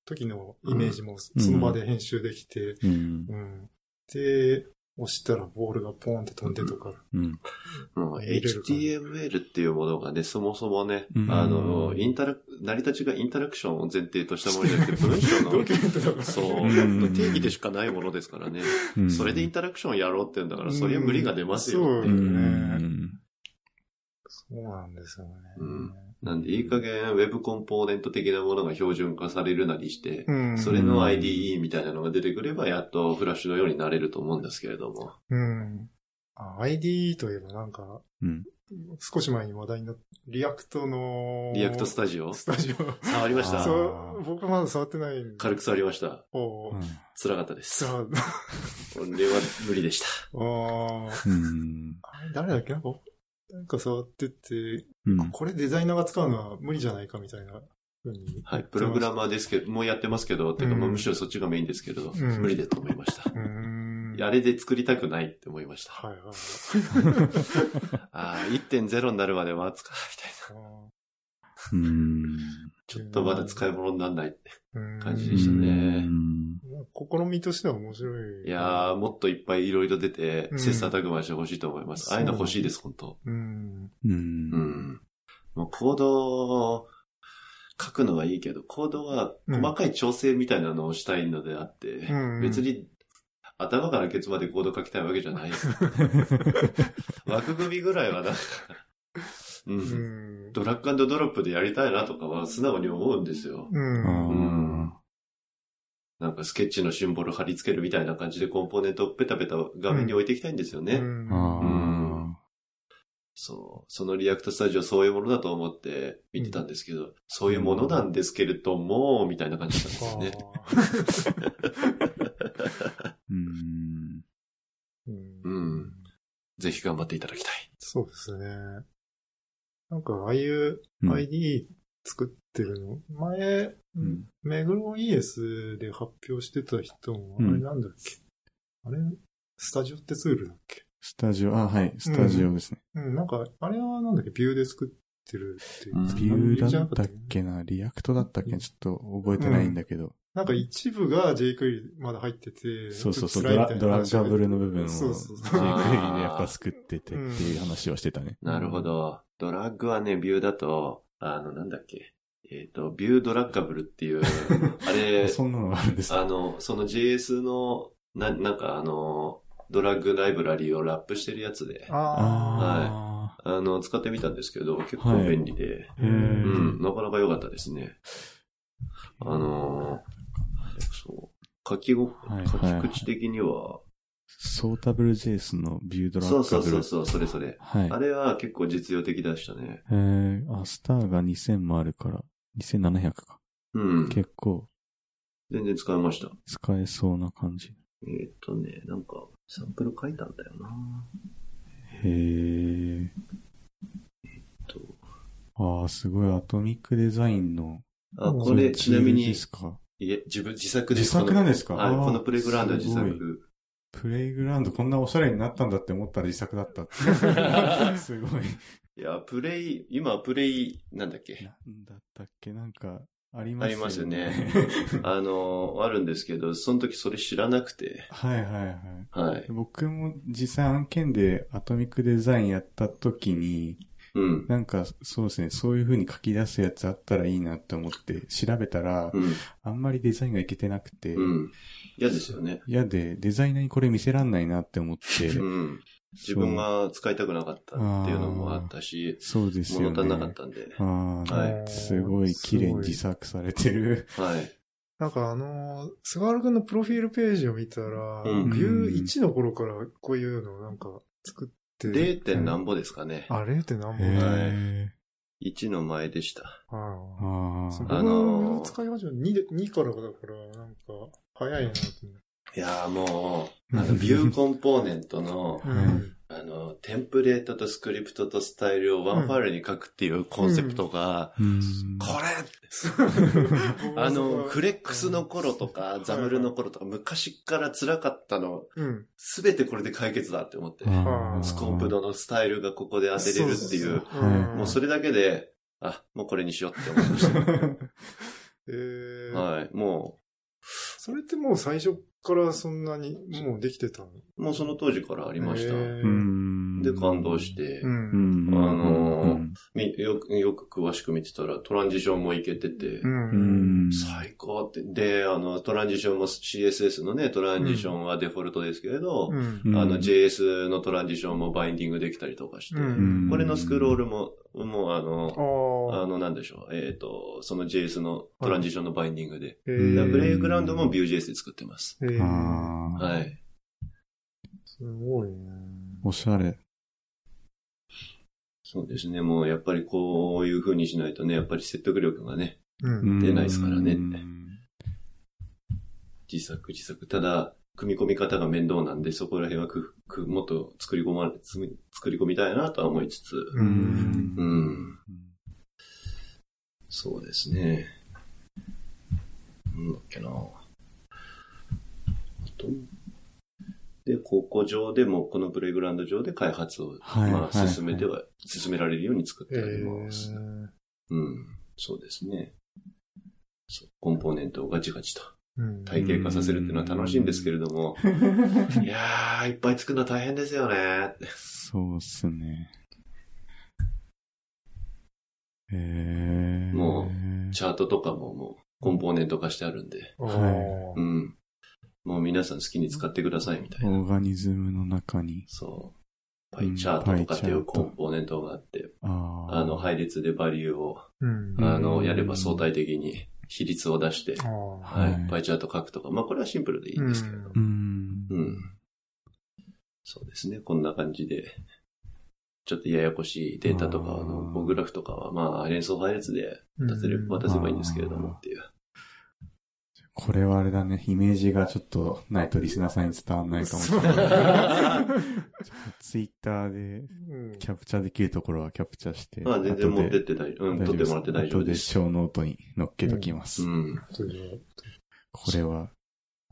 時のイメージもその場で編集できて、うん。うん。で、押したらボールがポーンって飛んでとか。うん。もう HTML っていうものがね、そもそもね、うんあの、インタラク、成り立ちがインタラクションを前提としたものじゃなくて、文章ドキュメントだかの、らそううん、定義でしかないものですからね。うんそれでインタラクションやろうって言うんだから、そりゃ無理が出ますよ。うんそううよね。ん。そうなんですよね。うんなんで、いい加減、ウェブコンポーネント的なものが標準化されるなりして、うん。それの IDE みたいなのが出てくれば、やっとフラッシュのようになれると思うんですけれども。うん。あ IDE といえばなんか、うん少し前に話題になった、リアクトの、リアクトスタジオスタジオ。触りましあーた。そう、僕まだ触ってないんで。軽く触りました。おう辛かったです。そう。俺は無理でした。あーうん。あれ誰だっけなんか、なんか触ってて、うん。これデザイナーが使うのは無理じゃないかみたいなふうに。はい。プログラマーですけど、もうやってますけど、てか、うんまあむしろそっちがメインですけど、うん無理だと思いました。うーん。あれで作りたくないって思いました。はいはいはい。ああ、1.0になるまでは使うみたいな。あうん。ちょっとまだ使い物にならない。ーうん感じでしたねうん試みとしては面白い。いやー、もっといっぱいいろいろ出てう、ん切磋琢磨してほしいと思います。ああいうの欲しいです、本当うん。うんう。 ん。もう行動、書くのはいいけど、行動は細かい調整みたいなのをしたいのであって、うん別に頭からケツまでコード書きたいわけじゃない。枠組みぐらいはなんか、う、うんん。ドラッグアンドドロップでやりたいなとかは素直に思うんですよ。うん。うんなんかスケッチのシンボル貼り付けるみたいな感じでコンポーネントをペタペタ画面に置いていきたいんですよね。うんあうんそう。そのリアクトスタジオそういうものだと思って見てたんですけど、そういうものなんですけれども、みたいな感じだったんですよね。ーうん。うんうん。ぜひ頑張っていただきたい。そうですね。なんか、ああいううん ID 作ってるの、前、うんメグロ ES で発表してた人も、あうんれなんだっけ、あれ、スタジオってツールだっけスタジオ、あ、はい、スタジオですね。うん、なんか、あれはなんだっけビューで作ってるっていう。うんビューだったっけけな、リアクトだったっけちょっと覚えてないんだけど。なんか一部が JQuery まだ入ってて、そうそうそう、ちょっと辛ドいラみたいドなラ話ッがガブルの部分をそうそうそう JQuery でやっぱ作っててっていう話をしてたね。なるほど。ドラッグはね、ビューだと、あの、なんだっけ。えっ、と、ビュードラッガブルっていう、あれ、そんなのがあるんですねあの、その JS の、な、なんかあの、ドラッグライブラリをラップしてるやつで、あああの、使ってみたんですけど、結構便利で、ー。へううん、ーなかなか良かったですね。あのーそう、書きご、はい書はいき口的には、ソータブル JS のビュードラッそうガそうブそルう、。そうそれそれ。はいあ。れは結構実用的でしたね。えー、あ、スターが2000もあるから、2700か。うん。結構全然使えました。使えそうな感じ。えーっとね、なんか、サンプル書いたんだよなへー。と。ああ、すごい、アトミックデザインの。あ、うんこれ、ツちーなルみにで、すかいえ、自分、自作です。自作なんですかこのはい、あーこのプレイグラウンドは自作。 プレイグラウンドこんなおしゃれになったんだって思ったら自作だったって。すごい。いや、プレイ、今プレイ、なんだ っけ。なんだったっけなんか、ありあます。りますよねあの、あるんですけど、その時それ知らなくて。 はいはいはい。はい。僕も実際案件でアトミックデザインやった時に、うん。なんかそうですね、そういう風に書き出すやつあったらいいなと思って調べたら、うん。あんまりデザインがいけてなくて、うん。嫌ですよね。嫌で、デザイナーにこれ見せらんないなって思って、うん。自分が使いたくなかったっていうのもあったし、そうですよ物ね。足んなかったんで。ああ、はいすごい綺麗に自作されてる。はい。なんかあのー、菅原くんのプロフィールページを見たら、うんビュー1の頃からこういうのをなんか作って。 0. 点何ぼですかね。あ、0. 点何へ本だ。え1の前でした。あああそう僕ああのーの使い始め2で、2からだから、なんか、早いなといやーもう、あの、ビューコンポーネント思の、って。うんあの、テンプレートとスクリプトとスタイルをワンファイルに書くっていうコンセプトが、うんこれ あの、フレックスの頃とか、ザムルの頃とか、昔から辛かったの、うん。すべてこれで解決だって思って、あースコープドのスタイルがここで当てれるっていう、そそそんは いもうそれだけで、あ、もうこれにしようって思いましえーた。はい、もそれってもう最初からそんなにもうできてたのう、もうその当時からありました。へで、ーうん感動し。てう、。うんん。あのーー、みよく、よく詳しく見てたら、トランジションもいけてて、う。うんん。最高って。で、あの、トランジションも CSS のね、トランジションはデフォルトですけれど、うん。うんあの JS のトランジションもバインディングできたりとかして、うんうんこれのスクロールも、もうああの、ああ。の、なんでしょう、えっ、と、その JS のトランジションのバインディングで、えうんだからープレイグラウンドも Vue.js で作ってます。えーああ、はい。すごいね。おしゃれ。そうですね、もうやっぱりこういう風にしないとね、やっぱり説得力がね、うん。出ないですからねうん自作自作。ただ、組み込み方が面倒なんで、そこら辺はくくもっと作り込まれ、つみ作り込みたいなとは思いつつ、う。うんん。うんそうですね。なんだっけな。あとで、高校上でも、このプレイグラウンド上で開発を、はい。まあ、進めてはは、進められるように作っえてあります。ーうん。そうですね。そうコンポーネントをガチガチとうん体系化させるっていうのは楽しいんですけれども、いやー、いっぱい作るの大変ですよね。い。そうっすね。えー。もチャートとかももう、コンポーネント化してあるんで、あーはうん。もう皆さん好きに使ってくださいみたいな。オーガニズムの中に。そう。うパんイチャートとかっていパイチャーうトコンポーネントがあって、ああ。あの、配列でバリューを、うん。んあの、やれば相対的に比率を出して、ああ。ははいい、パイチャート書くとか、まあこれはシンプルでいいんですけれどう。ん。うん。そうですね、こんな感じで、ちょっとややこしいデータとか、あーあの、棒グラフとかは、まあ、連想配列で出せれば、渡せばいいんですけれどもっていう。これはあれだね、イメージがちょっとないとリスナーさんに伝わんないかもしれない。 ツイッターでうんキャプチャーできるところはキャプチャーして。まあ全然持ってっって大丈夫、うん、取ってもらって大丈夫でです。小ノートに載っけときます。うん、そうですねこれは、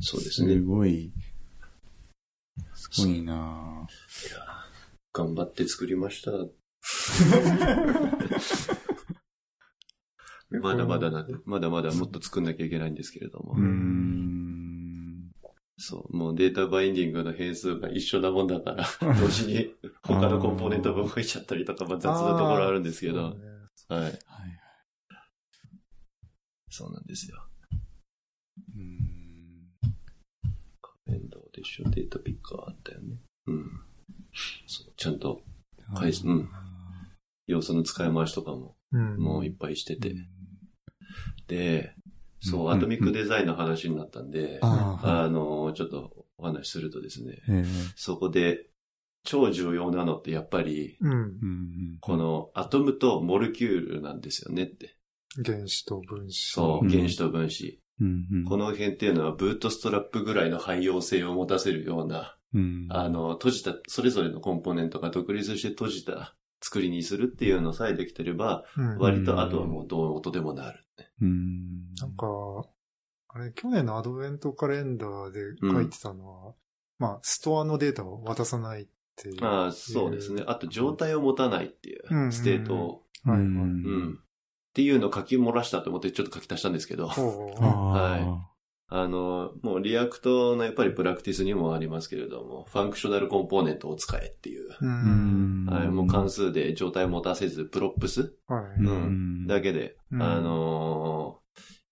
そうですね。ごい、すごいなぁ頑張って作りました。 まだまだな、まだまだもっと作んなきゃいけないんですけれども。うーん。そう、もうデータバインディングの変数が一緒なもんだ から、同時に他のコンポーネントが動いちゃったりとか、まあ雑なところあるんですけそうど、ねはい、はいはいそうなんですよ。うーん面倒でしょ、データピッカーあったよね。うん。そう、ちゃんとあー返すうん要素の使い回しとかも、うん。もういっぱいしてて。で、うそんう、アトミックデザインの話になったんで、あーはいあの、ちょっとお話しするとですね、えーそこで超重要なのってやっぱり、うんう。んこのアトムとモルキュールなんですよねって。原子と分子。そう、うん原子と分子。うんうんこの辺っていうのはブートストラップぐらいの汎用性を持たせるような、うんあの、閉じた、それぞれのコンポーネントが独立して閉じた作りにするっていうのさえできてれば、うん。な割とあとはもうどう音でもなる。うんんか、あれ、去年のアドベントカレンダーで書いてたのは、まあ、ストアのデータを渡さないっっていう。まあ、そうですね。あと、状態を持たないっていう、うんステートを、はいはいうんうん。っていうのを書き漏らしたと思って、ちょっと書き足したんですけど、ほうああの、もうリアクトのやっぱりプラクティスにもありますけれども、ファンクショナルコンポーネントを使えっていう、うあ。ん。はい、もう関数で状態を持たせず、プロップスはい。んうんだけで、うんあの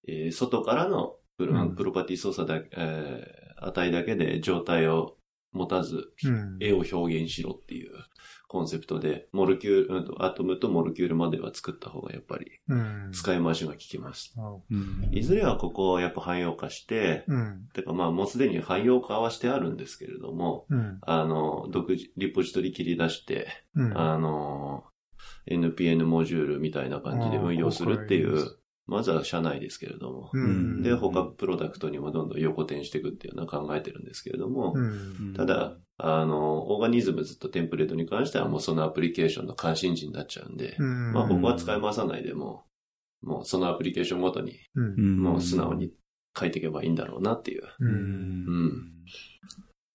ーえー外からのプロ,、うんプロパティ操作だ、えー値だけで状態を持たず、うん。絵を表現しろっていうコンセプトで、モルキュール、うんと、アトムとモルキュールまでは作った方がやっぱりうん。使い回しが効きます。なるほうんいずれはここをやっぱ汎用化して、どうん。てかまあもうすでに汎用化はしてあるんですけれども、うん。あの、独自、リポジトリ切り出して、うん。あの、NPN モジュールみたいな感じで運用するっていあー公開でう、まずは社内ですけれどもう、ん。で、他プロダクトにもどんどん横転していくっていうのは考えてるんですけれどもう、ん。うんただ、あの、オーガニズムずっとテンプレートに関してはもうそのアプリケーションの関心事になっちゃうんで、うん。まあ僕は使い回さないでもう、もうそのアプリケーションごとに、うんう。んもう素直に書いていけばいいんだろうなっていう、っうん。ん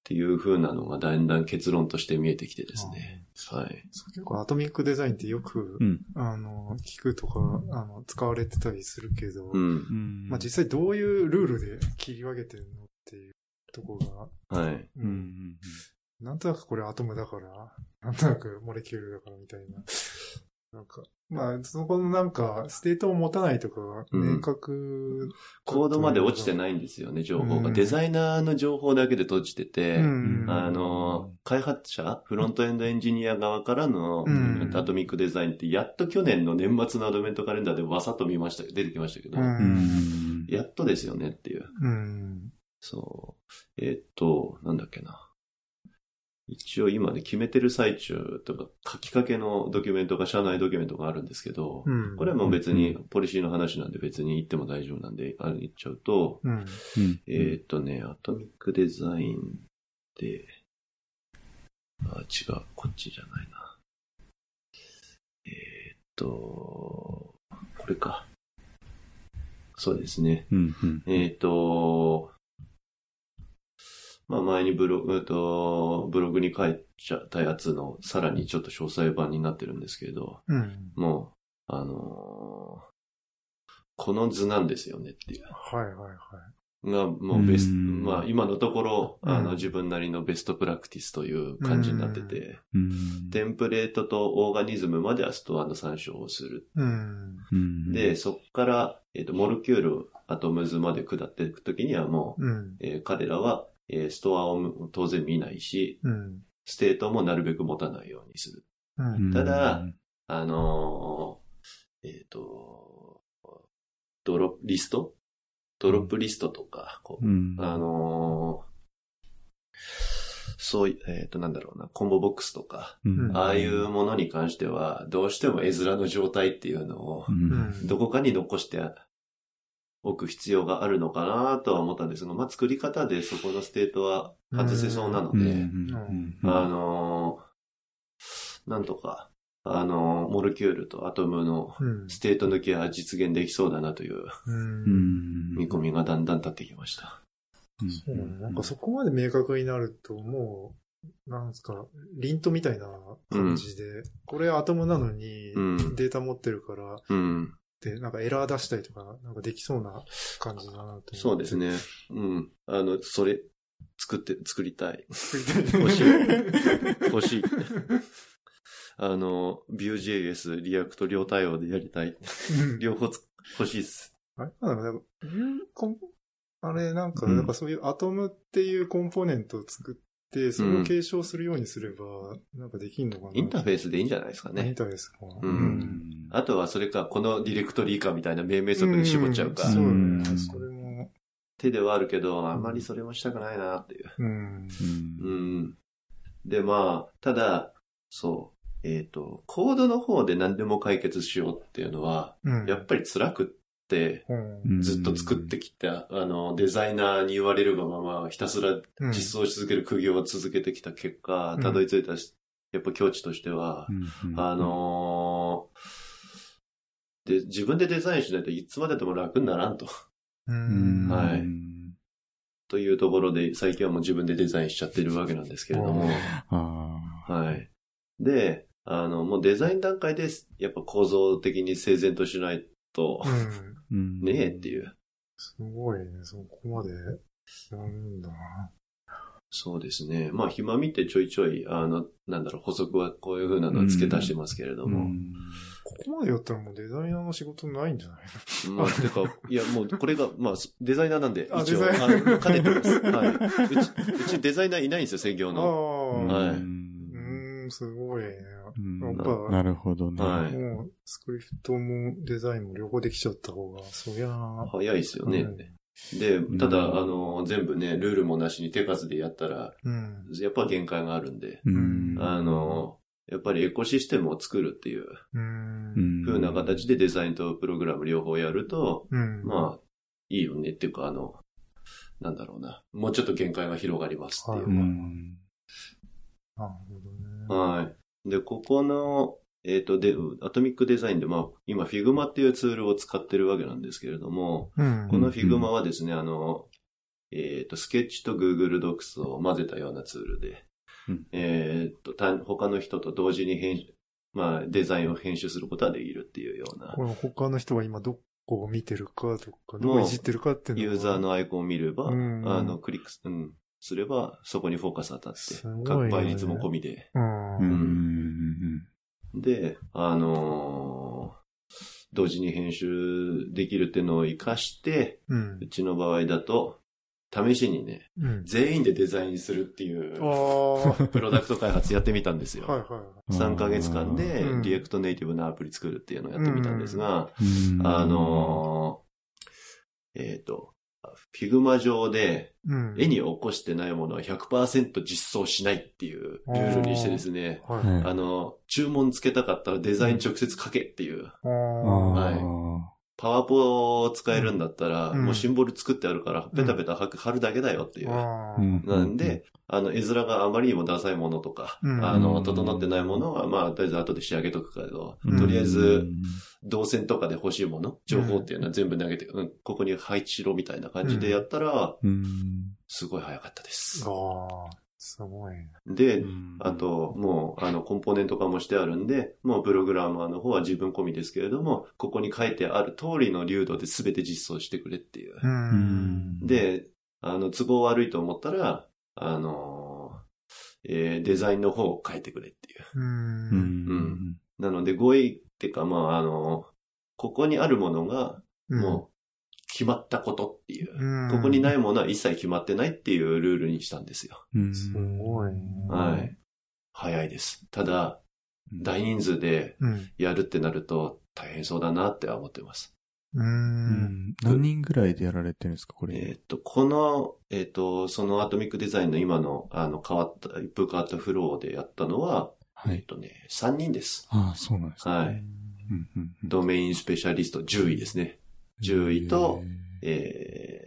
ていう風なのがだんだん結論として見えてきてですね。はい。結構アトミックデザインってよく、うんあの、聞くとか、あの、使われてたりするけど、うん。うんまあ実際どういうルールで切り分けてるのっていうとこが、はい。ううんんなんとなくこれアトムだから、なんとなくモレキュールだからみたいな。なんか、まあ、そこのなんか、ステートを持たないとかがうん明確、コードまで落ちてないんですよね、情報うが。んデザイナーの情報だけで閉じてて、うんあの、開発者、フロントエンドエンジニア側からの、うんアトミックデザインって、やっと去年の年末のアドベントカレンダーでわさっと見ました、出てきましたけど、うんうんやっとですよねっていう。うん。そう。えーっと、なんだっけな。一応今ね、決めてる最中とか、書きかけのドキュメントが、社内ドキュメントがあるんですけど、うん。これはもう別に、ポリシーの話なんで別に言っても大丈夫なんで、あれ言っちゃうと、うん。うんえーっとね、アトミックデザインって、あ、違う、こっちじゃないな。えーっと、これか。そうですね。うんうんえーっと、まあ前にブログ、えーっとブログに書いちゃったやつのさらにちょっと詳細版になってるんですけど、うん。もう、あのーこの図なんですよねっていう。はいはいはい。が、もうベスト、うんまあ今のところ、うんあの自分なりのベストプラクティスという感じになってて、うんテンプレートとオーガニズムまではストアの参照をする。うん。うんで、そこから、えっ、と、モルキュール、アトムズまで下っていくときにはもうん。う、えー彼らは、えーストアを当然見ないし、うん。ステートもなるべく持たないようにする。うん。うんただあのーえっ、と、ドロップリストドロップリストとか、こううんあのーそうい、えっ、と、なんだろうな、コンボボックスとか、うんああいうものに関しては、どうしても絵面の状態っていうのをう、うんん。どこかに残しておく必要があるのかなとは思ったんですが、まあ、作り方でそこのステートは外せそうなのうんで、うんうんあのーなんとか、あのーモルキュールとアトムのうん。ステート抜きは実現できそうだなといううん。うん見込みがだんだん立ってきました。そうねなんかそこまで明確になると、もう、なんですか、凛とみたいな感じで、これアトムなのに、うんデータ持ってるから、うん。で、なんかエラー出したりとか、なんかできそうな感じだなと思って。そう です。ね。うん。あの、それ、作って、作りた い。作りたい。欲しい。欲しい。あの、Vue.js、React 両対応でやりたい。うん両方つ欲しいっす。あれなんだろうなんかコンあれ、なんか、うんなんかそういうアトムっていうコンポーネントを作って、それを継承するようにすれば、なんかできんのかな。インターフェースでいいんじゃないですかインね。ターフェースか。ううんんあとは、それか、このディレクトリーかみたいな命名則に絞っちゃうか。んそうだようね。んそれも、手ではあるけど、あんまりそれもしたくないなっていう。うん。うんうん。で、まあ、ただ、そう。えっ、と、コードの方で何でも解決しようっていうのは、うん。やっぱり辛くって、うんうんずっと作ってきた、あの、デザイナーに言われるがまま、ひたすらうん実装し続ける苦行を続けてきた結果う、んたどり着いたし、やっぱ境地としてはう、んうんあのーで、自分でデザインしないといつまででも楽にならんと。ううんん。はい というところで、最近はもう自分でデザインしちゃってるわけなんですけれども、あはい。で、あの、もうデザイン段階で、やっぱ構造的に整然としないとう、ん。ーうんねえっていう。すごいね、そこまでやるんだな。そうですね。まあ、ひまみってちょいちょい、あの、なんだろう、補足はこういう風なのを付け足してますけれどうも。んここまでやったらもうデザイナーの仕事ないんじゃないまあ、てか、いや、もう、これが、まあ、デザイナーなんで、あ一応、デザイナあーの、兼ねてます。 はい。うち、うちデザイナーいないんですよ、専業あの。あ、はういうんーん、すごいね。うんやっぱなるほどね。はいもう、スクリプトもデザインも両方できちゃった方が、そりゃあ、早いですよね。で、ただ、あの、全部ね、ルールもなしに手数でやったら、うん。やっぱ限界があるんで、うんあの、やっぱりエコシステムを作るっていううん。うん風な形でデザインとプログラム両方やると、うん。まあ、いいよねっていうか、あの、なんだろうな。もうちょっと限界が広がりますっていはううい。んあ、なるほどね。はい。で、ここの、えっ、と、で、アトミックデザインで、まあ、今、Figma っていうツールを使ってるわけなんですけれども、うん。この Figma はですね、あの、えっ、と、スケッチと Google Docs を混ぜたようなツールで、うんえっ、と他、他の人と同時に編集、まあ、デザインを編集することができるっていうようなこ、の他の人が今どこを見てるかとか、どこいじってるかっていうのユーザーのアイコンを見れば、うんあの、クリックす、うん、すれば、そこにフォーカス当たってすごい、ね各倍率も込みで、うん。うんうん。で、あのー同時に編集できるっていうのを活かして、うんう。ちの場合だと、試しにね、全員でデザインするってい うあ、あ、はプロダクト開発やってみたんですいよ。は3ヶ月間でうん、リアクトネイティブのアプリ作るっていうのをやってみたんですが、うんあのーえっ、と、フィグマ上でい。うん。絵に起こしてないものは100%実装しないっていうルールにしてですね、はい。はいあの、注文つけたかったらデザイン直接書けっていう。ああーあ、はいパワポを使えるんだったら、うんもうシンボル作ってあるから、ペタペタ貼く貼るだけだよっていう。ああ、うんなんで、あの、絵面があまりにもダサいものとか、うんあの、整ってないものは、まあ、とりあえず後で仕上げとくけど、うんとりあえず、動線とかで欲しいもの、情報っていうのは全部投げて、うん、ここに配置しろみたいな感じでやったら、うんすごい早かったです。ああ、すごいね。で、うんあと、もう、あの、コンポーネント化もしてあるんで、もう、プログラマーの方は自分込みですけれども、ここに書いてある通りの流度で全て実装してくれっていう。う。うんん、で、あの、都合悪いと思ったら、あのえーデザインの方を変えてくれっていう。う。うんん、なので、合意ってか、まあ、あのここにあるものが、もう、決まったことっていう。うんここにないものは一切決まってないっていうルールにしたんですよ。うんすごいね。はい。早いです。ただ、うん大人数でうん。やるってなると大変そうだなっては思ってます。う。うんん何人ぐらいでやられてるんですか、これ。えーっと、この、えーっと、そのアトミックデザインの今の、あの、変わった、一風変わったフローでやったのは、はえーっい。とね、3人です。ああ、そうなんですね。はい。うんうんうんドメインスペシャリスト10位ですね。10位と、えー、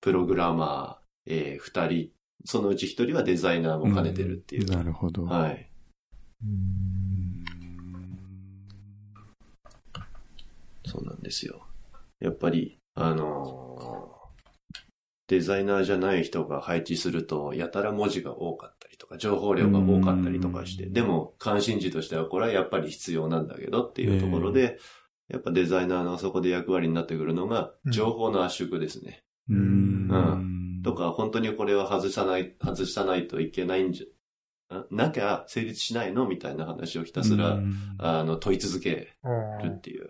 プログラマー、えー、2人、そのうち1人はデザイナーも兼ねてるっていう。んなるほど。はい。そうなんですよ。やっぱり、あのーデザイナーじゃない人が配置すると、やたら文字が多かったりとか、情報量が多かったりとかして、うんでも関心事としてはこれはやっぱり必要なんだけどっていうところで、やっぱデザイナーのそこで役割になってくるのがう、ん情報の圧縮ですね。うん。うんとか、本当にこれは外さない、外さないといけないんじゃ、んなきゃ成立しないのみたいな話をひたすら、うん、あの、問い続けあるっていう。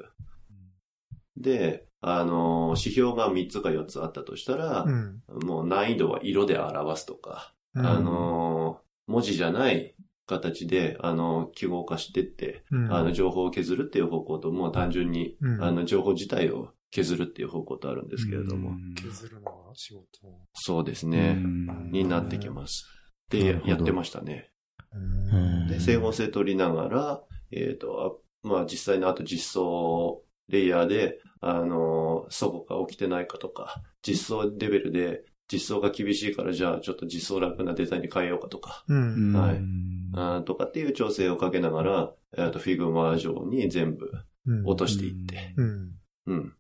で、あの、指標が3つか4つあったとしたらあ。う、ん。もう難易度は色で表すとか、あの、文字じゃない形で、あの、記号化してって、うん、あの、情報を削るっていう方向と、もう単純に、うん、あの、情報自体を削るっていう方向とあるんですけれどうも、ん削るのが仕事。そうですね、うんになってきます。なでる、ほどやってましたね。うんうで、ん整合性取りながら、えっ、と、あまあ実際のあと実装レイヤーで、あの、そこが起きてないかとか、実装レベルで、実装が厳しいから、じゃあちょっと実装楽なデザインに変えようかとか、ううんん。はいうんあーとかっていう調整をかけながら、えっ、と、Figma 上に全部うん。落としていって、うん。うん。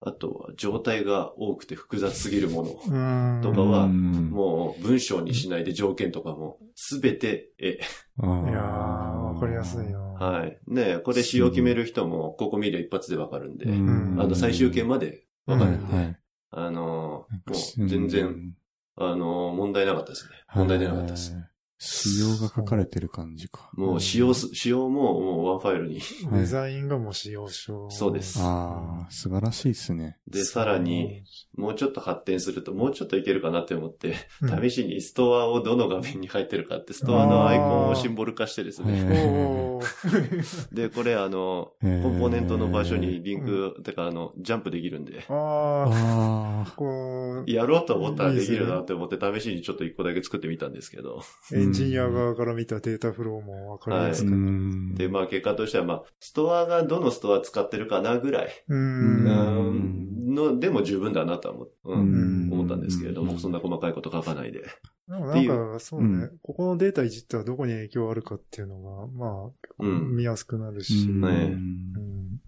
あとは状態が多くて複雑すぎるもの。うーん。とかはももう文章にしないで条件とかも、すべて、え、うん。いやー、わかりやすいな。はい。ねえこれ仕様決める人も、ここ見りゃ一発でわかるんで、うんあの、最終形までわかるんで、はいはいあのなんかー、もう全う然、んあのー、問題なかったですね。問題出なかったです。はい仕様が書かれてる感じか。もう仕様す、仕様ももうワンファイルに。はいデザインがもう使用書。そうですああ、素晴らしいですね。で、さらに、もうちょっと発展すると、もうちょっといけるかなって思って、うん、試しにストアをどの画面に入ってるかって、ストアのアイコンをシンボル化してですあね。おーで、これあの、ココンポーネントの場所。にリンク、てかあの、ジャンプできるんで、ああ、あこう、やろうと思ったらできるなって思って、試しにちょっと一個だけ作ってみたんですけど、エンジニア側から見たデータフローもわかりやあ。すうく。んで、まあ結果としては、まあ、ストアがどのストア使ってるかなぐらい、う。うんん、の、でも十分だなとは思っうんん思ったんですけれども、そんな細かいこと書かないで。でもなんか、そうね、うんここのデータいじったらどこに影響あるかっていうのが、まうあ、ん、見やすくなるうし。んねうん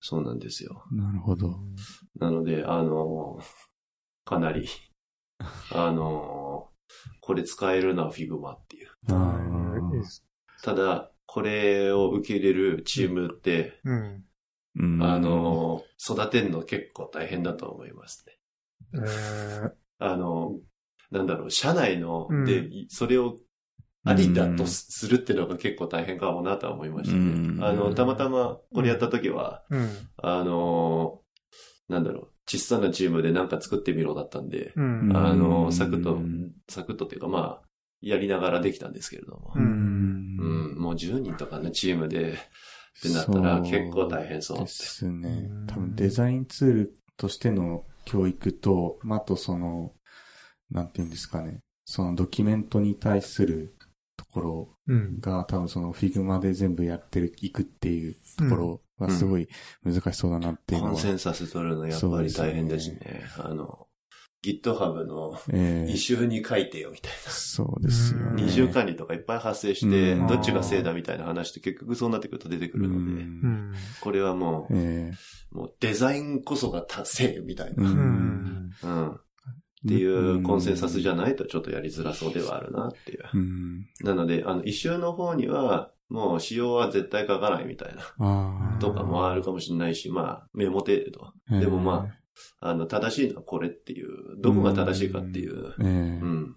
そうなんですよ。なるほど。なので、あの、かなり、あの、これ使えるのは Figma っていう。あはいいいっーすただ、これを受け入れるチームって、うん。うんあ、の、育てるの結構大変だと思いますね。えーあの、なんだろう、社内の、うんで、いそれをありだとすするっていうのが結構大変かもなとは思いましたうね。んあの、たまたまこれやった時は、うん。あの、なんだろう、小さなチームでなんか作ってみろだったんで、うん。あうの、んサクッと、サクッとっていうかまあ、やりながらできたんですけれどもう。んうん、もう10人とかのチームで、ってなったら結構大変そうってですねうん。多分デザインツールとしての教育と、まああとその、なんていうんですかね。そのドキュメントに対するところうん。が多分その Figma で全部やってる、いくっていうところがすごい難しそうだなっていうのコは。ンセンサス取るのやっぱり大変ですね。あの、GitHub のええ異臭に書いてよみたいそうですようんね。な。二重管理とかいっぱい発生して、うんどっちが正だみたいな話って結局そうなってくると出てくるので、うのん。これはもう、えもうデザインこそが達成みたいえな。んうん。っていうコンセンサスじゃないとちょっとやりづらそうではあるなっていう。うん。なので、あの、異臭の方には、もう仕様は絶対書かないみたいな、ああ。とかもあるかもしれないし、まあ、メモ程度。でもまあ、あの、正しいのはこれっていう、どこが正しいかっていう、ええうん。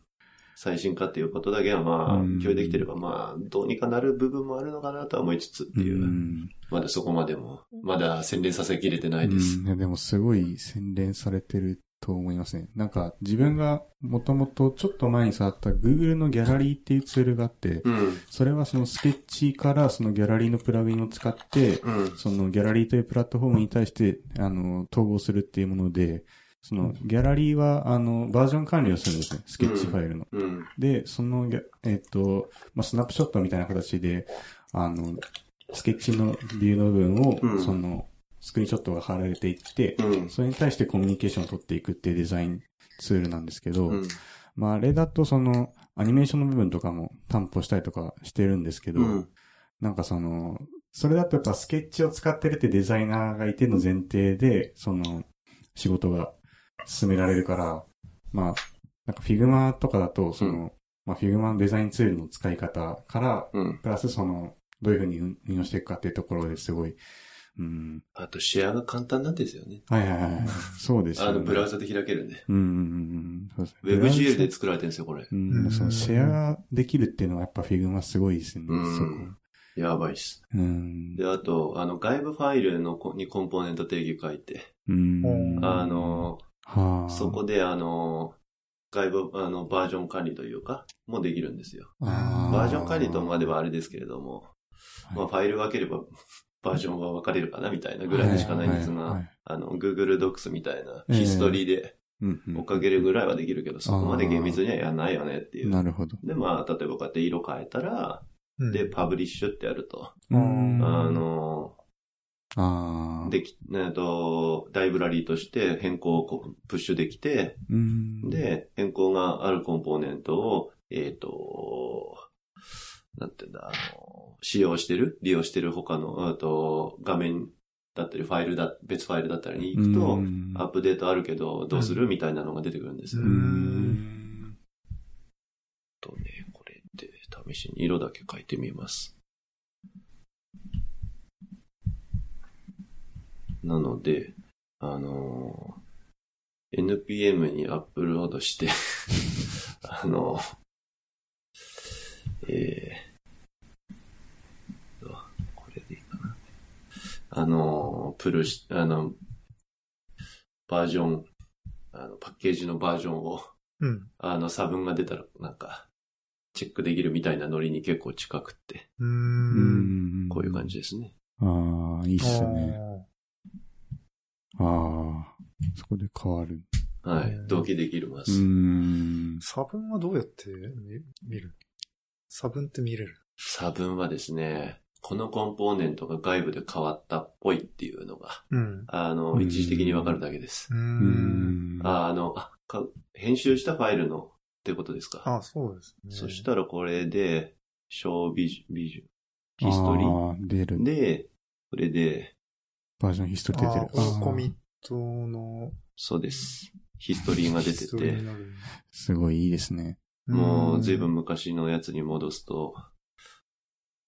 最新化っていうことだけはまうんあ、共有できてればまあ、どうにかなる部分もあるのかなとは思いつつっていう、んまだそこまでも、まだ洗練させきれてないです。うんいやでもすごい洗練されてると思いますね。なんか自分がもともとちょっと前に触った Google のギャラリーっていうツールがあって、うん、それはそのスケッチからそのギャラリーのプラグインを使って、うん、そのギャラリーというプラットフォームに対して、あの、統合するっていうもので、そのギャラリーは、あの、バージョン管理をするんですね。スケッチファイルの。うん、で、そのギャ、えっ、と、まあ、スナップショットみたいな形で、あの、スケッチのビューの部分を、うんその、スクリーンショットが貼られていって、うん、それに対してコミュニケーションを取っていくっていうデザインツールなんですけど、うん、まあ、あれだとその、アニメーションの部分とかも担保したりとかしてるんですけど、うん、なんかその、それだとやっぱスケッチを使ってるってデザイナーがいての前提で、その、仕事が進められるから、まあ、なんかフィグマとかだと、その、うまあフィグマのデザインツールの使い方から、うん。プラスその、どういうふうに運運用していくかっていうところですごい、うん、あと、シェアが簡単なんですよね。はいはいはい、そうですよあね、の、ブラウザで開けるんで。うんうんうんうん、そうですね。ブラ WebGL ウでザ作られてるんですよ、これ。うん、そのシェアできるっていうのはやっぱフィグマすごいですね、うんそこ。やばいっす。うん。で、あと、あの、外部ファイルのこにコンポーネント定義書いて、うん。あ、の、はあ。そこで、あの、外部、あの、バージョン管理というか、もできるんですよ。あバージョン管理とまではあれですけれども、まあ、ファイル分ければ、バージョンは分かれるかなみたいなぐらいでしかないんですはいはいはいが、あの、Google Docs みたいなヒストリーでうんうん追っかけるぐらいはできるけど、そこまで厳密にはやんないよねっていう。なるほど。で、まあ、例えばこうやって色変えたら、うんで、パブリッシュってやると、うんあ、の、ああ。でき、えっと、ライブラリーとして変更をこうプッシュできて、うん、で、変更があるコンポーネントを、えっ、と、なんていうんだ、あの、使用してる、利用してる他の、あと、画面だったり、ファイルだ、別ファイルだったりに行くと、アップデートあるけど、どうするみたいなのが出てくるんですよ。ううんん。えっとね、これで試しに色だけ変えてみます。なので、あのー NPM にアップロードして、 あのーえーあこれでいいかな。あのープルし、あの、バージョン、あの、パッケージのバージョンをうん。あの、差分が出たら、なんか、チェックできるみたいなノリに結構近くって、うー。うんんこういう感。じですね。ああ、いいっあすよね。ああ、そこで変わる。はういん。同期できるまうす。んー。差分はどうやって見見る差分って見れる。差分はですね、このコンポーネントが外部で変わったっぽいっていうのが、うん。あうの、ん一時的にわかるだけです。うー。うんん。ああの、あか編集したファイルのってことですか。あ、そうですね。そしたらこれで、小ビジュ、ビジュ、ヒストリー。あー出る。で、これで、バージョンヒストリー出てある。このあーコミットのそうです。ヒストリーが出てヒストリーにて、なるすごいいいですね。もう随ん分昔のやつに戻すと、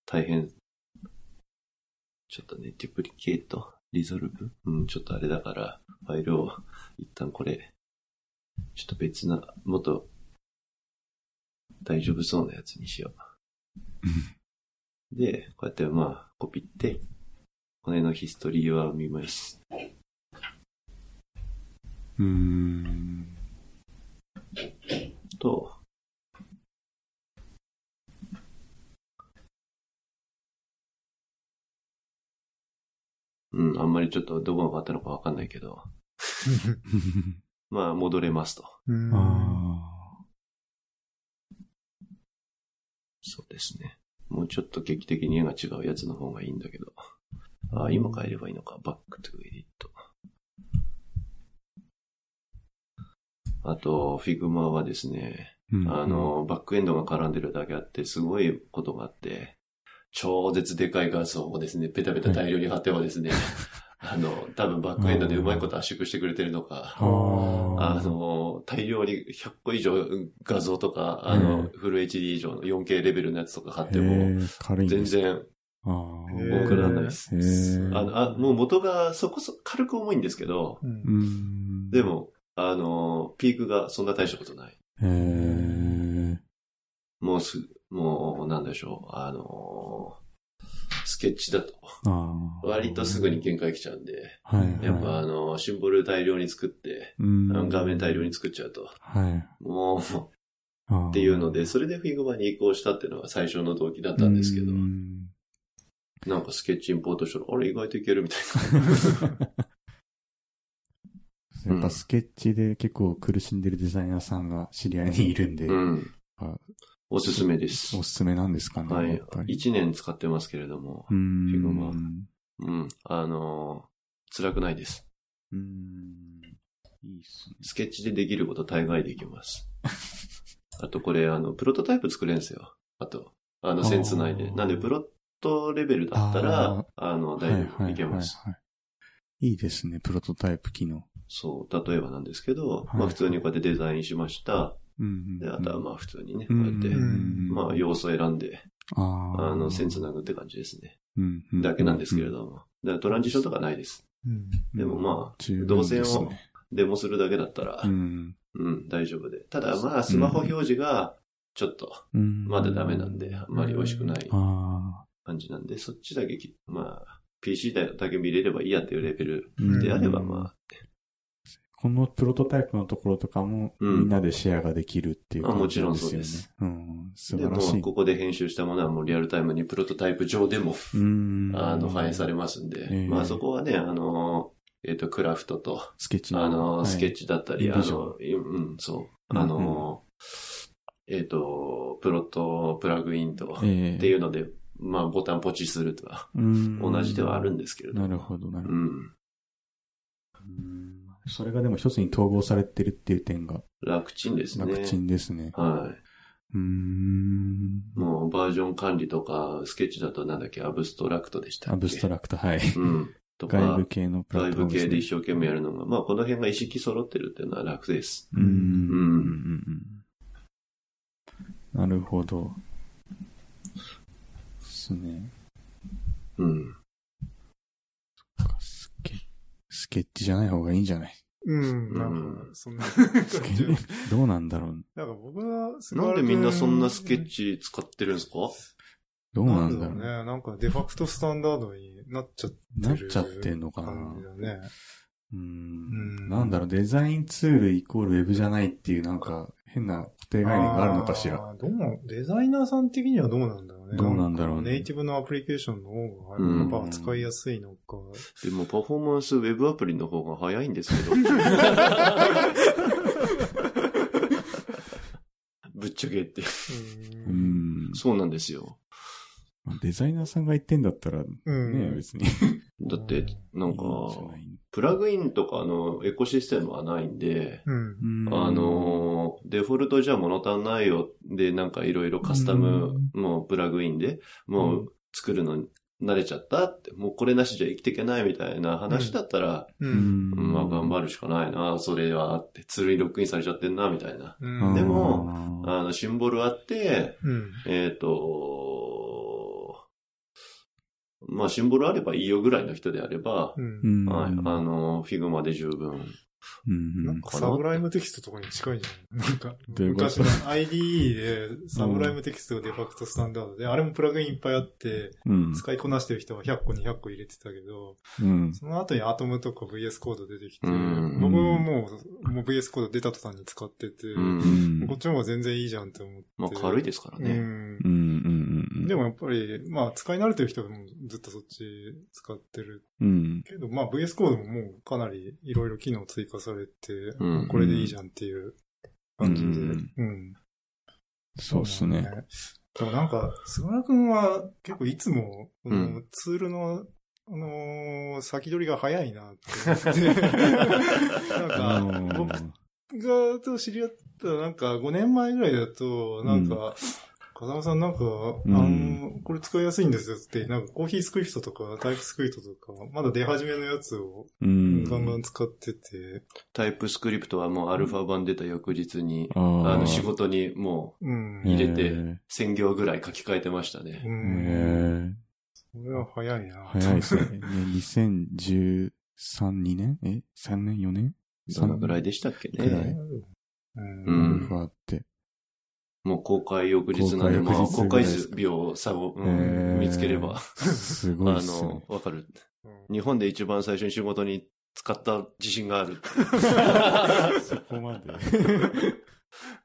大変。ちょっとね、デュプリケート、リゾルブうん、ちょっとあれだから、ファイルを、一旦これ、ちょっと別な、もっと、大丈夫そうなやつにしよう。で、こうやってまあ、コピって、この辺のヒストリーは見ます。うーん。と、うん、あんまりちょっとどこが変わったのかわかんないけど、まあ、戻れますと。うん あそうですね。もうちょっと劇的に絵が違うやつの方がいいんだけど。あ、今変えればいいのか。バックトゥエディット。あと、Figma はですね、ーあ、の、バックエンドが絡んでるだけあって、すごいことがあって、超絶でかい画像をですね、ペタペタ大量に貼ってはですね、 あの、多分バックエンドでうまいこと圧縮してくれてるのか、うんああーの、大量に100個以上画像とか、あの、うんフル HD 以上の 4K レベルのやつとか貼ってへも、ー軽いん全です。あ然へーー送らないです。へーあのあもう元がそこそこ軽く重いんですけど、ううんん。でも、あの、ピークがそんな大したことない。へー。もうす、もう、なんでしょう、あのースケッチだと、あー割とすぐに、限界来ちゃうんで、はいはいやっぱあ、のーシンボル大量に作って、うんあの画面大量に作っちゃうと、はい。もう、もあーうっていうので、、それで Figma に移行したっていうのが最初の動機だったんですけどう、んなんかスケッチインポートしたら、あれ意外といけるみたいやっぱスケッチで結構苦しんでるデザイナーさんが知り合いにいるんで、な。うん。おすすめですお。すすめなんですかね。はいやっぱ。り1年使ってますけれどもう、ん。フィグマうん。あのー辛くないです。うん。いいっすね。スケッチでできること大概できます。あとこれ、あの、プロトタイプ作れんすよ。あと、あの、線つないあで。ーなんで、プロットレベルだったあらー、あの、大丈夫、いけます。はいはいはい。いいですね、プロトタイプ機能。そう、例えばなんですけど、はいまあ、普通にこうやってデザインしました。うんで、あとはまあ、普通にね、こううんやってう、んまあ、要素選んで、あーあの、線つなぐって感じですね。うんうだけなんですけれども。だからトランジションとかないでうす。んうんでもまあ、十分動線をですねデモするだけだったらう、んうん、大丈夫で。ただまあ、スマホ表示が、ちょっと、うんまだダメなんで、あんまり美味しくない。あ感じなんで、そっちだけき、まあ、PC だけ見れればいいやっていうレベルーであれば、うんまこのプロトタイプのところとかも、うんみんなでシェアができるっていうあ感じなんですよね。もちろんそうですうん、素あ、で晴もらしうい。ここで編集したものはもうリアルタイムにプロトタイプ上でも、うんあの、反映されますんえで、えまあそこはね、あの、えっと、クラフトと、スケッチあの、スケッチ。チだったり、ビあジョの、うん、そう、あの、えっと、プロとプラグインと、っええていうので、まあボタンポチするとか、うん同じではあるんですけれどなも。るほど、なるほうど。うん。んそれがでも一つに統合されてるっていう点が楽ちんですね。楽ちんですね。はうい。ーん。もうバージョン管理とか、スケッチだとなんだっけ、アブストラクトでしたっけアブストララクト、はい。クト。うん。とか、外部系のプラッ外トフォー部ムす系ねで一生懸命やるのが、まあこの辺が意識揃ってるっていうのは楽です。うんうんうんうんなるほど。ですね。うん。スケスケッチじゃない方がいいんじゃないうん、うんなんか、そんな感スケじ。どうなんだろうなんか僕は、なんでみんなそんなスケッチチ使ってるんですかどうなんだろうね。なんかデファクトスタンダードになっちゃってる。なっちゃってんのかな感じだね。ううんんなんだろう、デザインツールイコールウェブじゃないっていうなんか変な固定概念があるのかしら。あー。どうも、デザイナーさん的にはどうなんだろうね。どうなんだろうねネイティブのアプリケーションの方うんが、やっぱ扱いやすいのか。でもパフォーマンスウェブアプリの方が早いんですけど。 ぶっちゃけって。ううんん。そうなんですよ。まあデザイナーさんが言ってんだったらね、うん。別に。だって、なんか、いいんじゃないプラグインとかのエコシステムはないんで、うん。うんあのーデフォルトじゃ物足んないよで、なんかいろいろカスタム、もうプラグインで、もう作るのに慣れちゃったって、もうこれなしじゃ生きていけないみたいな話だったら、う。うんんうんまあ頑張るしかないな、それはって、ツールにロックインされちゃってんな、みたいな。うんでも、うんあの、シンボルあって、うん。えっ、とまあシンボルあればいいよぐらいの人であれば、う。うんんはい、あの、フィグマで十分。うんなんかサブライムテキストとかに近いじゃん。なんか、どういうこ昔との IDE でサブライムテキストがデファクトスタンダードで、あれもプラグインいっぱいあって、うん使いこなしてる人は100個200個入れてたけど、うんその後にアトムとか VS コード出てきて、うん僕ももう、もう VS コード出た途端に使ってて、うん。こっちの方が全然いいじゃんって思って。まあ軽いでですからね。うんうんうんでもやっぱり、まあ使い慣れてる人はもうずっとそっち使ってるうんけど、まあ VS コードももうかなりいろいろ機能追加されて、うんこれでいいじゃんっていう感じで、うんうんそうっすね。。でもなんか、菅原くんは結構いつも、このうんツールの、あのー先取りが早いなって思 って。あなんか、のー僕がと知り合ったなんか5年前ぐらいだと、なんか、風間さんなんか、あの、これ使いやすいんですよって、なんかコーヒースクリプトとかタイプスクリプトとか、まだ出始めのやつをうんガンガン使ってて、タイプスクリプトはもうアルファ版出た翌日に、ああのの仕事にもうん。入れてへう1000行ぐらい書き換えてましたね。えうん。へえそれは早いなと早いですね。ね2013、2年え ?3 年 ?4 年そのぐらいでしたっけぐらい。ねうんうんアルファって。もう公開翌日なんで、まあ公公開開翌日数秒を差を、うんへー見つければ、すあごいっすのね、。わかる。うん日本で一番最初に仕事に使った自信が ある。 そこまで。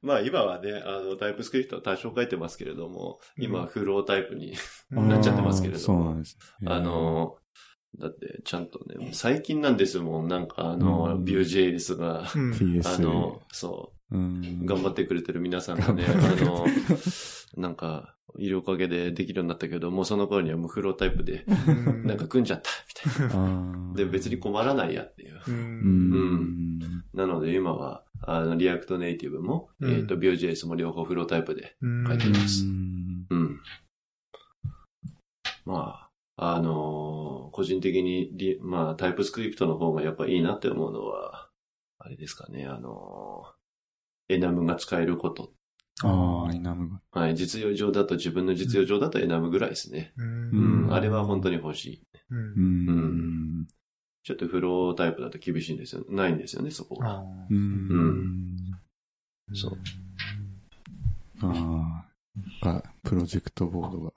まあ今はね、あの、タイプスクリプトは多少書いてますけれども、今フロータイプになっちゃってますけれどもそうなんですね。あの、だって、ちゃんとね、最近なんですもん、なんかあの、うん Vue.js うが、ん。 PS。あの、そうんう、頑張ってくれてる皆さんがね、頑張っあての、なんか、いるおかげでできるようになったけど、もうその頃にはもうフロータイプで、うんなんか、組んじゃった、みたいあーな。で、別に困らないやっていう。う。うんん。なので今は、あの、リアクトネイティブも、うんえっと、Vue.js も両方フロータイプで、うん書いてうますんうん。まあ、あのー個人的にリ、まあ、タイプスクリプトの方がやっぱいいなって思うのは、あれですかね、あのーエナムが使えること。ああ、イナムが。はい、実用上だと、自分の実用上だとエナムぐらいですね。う。うんん、あれは本当に欲しい。うんう。。うんちょっとフロータイプだと厳しいんですよ。ないんですよね、そこあが。ーうん。そう。ああ。が、プロジェクトボードが。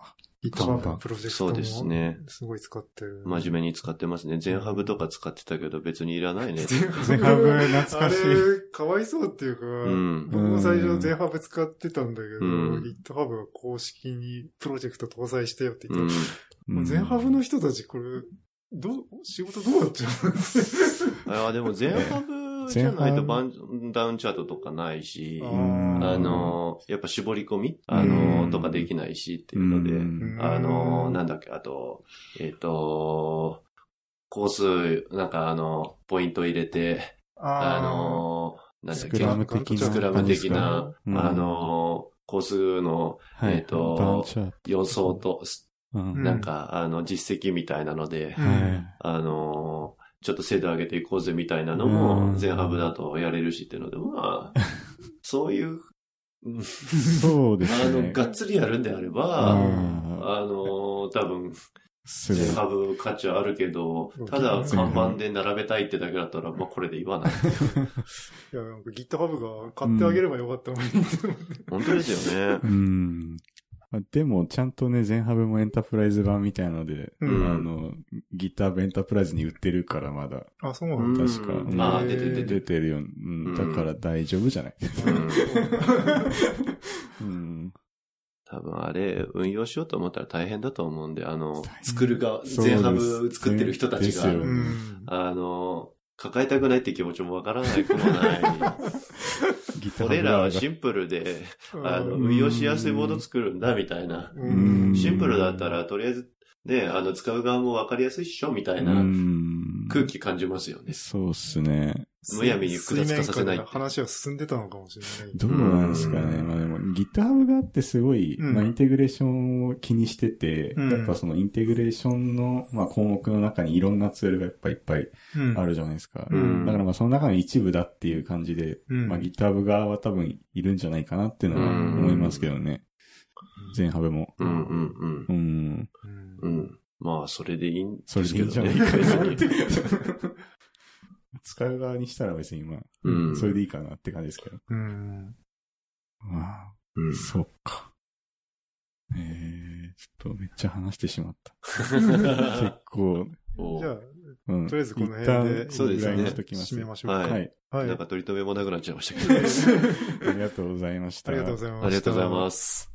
GitHub プロジェクトそうもですね。すごい使ってる。 真面目に使ってますね。全ハブとか使ってたけど別にいらないね。ゼハブ懐かしいあれ、かわいそうっていうか、ん僕も最初ゼハブ使ってたんだけど、うん GitHub が公式にプロジェクト搭載してよってう言っんて、。もうゼハブの人たちこれ、どう、仕事どうなっちゃうのああ、でも全ハブじゃないとバンダウンチャートとかないし。うんあの、やっぱ絞り込みうんあの、とかできないしっていうのうで、ん あの、なんだっけ、あと、えっ、と、コース、なんかあの、ポイント入れて、あの、なんだっスけ、クラム的な。スクラム的な、うんあの、コースのはい、えーとダウンチャート予想と、すうんうんなんか、あの、実績みたいなので、うんはいあのーちょっと精度上げていこうぜみたいなのうんも、全ハブだとやれるしっていうので、 まあ、そういう、うんそうであすの、ね。がっつりやるんであれうば、んあのー多分、すごい全ハブ価値はあるけど、ただ看板で並べたいってだけだったら、まあこれで言わない。いや、なんか GitHub が買ってあげればよかったのに。本当ですよね。うん。まあでも、ちゃんとね、全ハブもエンタープライズ版みたいので、うあん。の、ギターエンタープライズに売ってるからまだ、 あ、そうなうんだ。ん確か。うんうんあー出てる出て出る。てるよ。ううんん。だから大丈夫じゃない。うんうん。多分あれ、運用しようと思ったら大変だと思うんで、あの大、変作る側、そう全ハブ作ってる人たちですようが、ん。あの、抱えたくないって気持ちもわからないくもない。 ギター俺らはシンプルで、 あの、運用しやすいモード作るんだ、みたいな。ううんん。シンプルだったら、とりあえず、ね、あの、使う側もわかりやすいっしょ、みたいなうん空気感じますよね。そうっすね。むやみに複雑化させないっ水面下てで話は進んでたのかもしれない。どうなんですかね。うんまあでも、GitHub があってすごい、うんまあインテグレーションを気にしてて、うんやっぱそのインテグレーションの、まあ、項目の中にいろんなツールがやっぱいっぱいうんあるじゃないですか。うんだからまあその中の一部だっていう感じで、うんまあ GitHub 側は多分いるんじゃないかなっていうのはうん思いますけどね。全ハブも。うんうんうん。うん。うんうん。まあ、それでいいんでそれすでいけいんじどゃなね、い一か回な 戦ってに。使う側にしたら別にまあ、うんそれでいいかなって感じですけど。うん。まあ、 うん そうか。えー、ちょっとめっちゃ話してしまった。結構、おうじゃあ、うん。とりあえずこの辺で一旦そうですねぐらいにしときます締めましょうか。ははいい。はい。 なんか取り留めもなくなっちゃいましたけど。ありがとうございましあた。りがとうございました。ありがとうございます。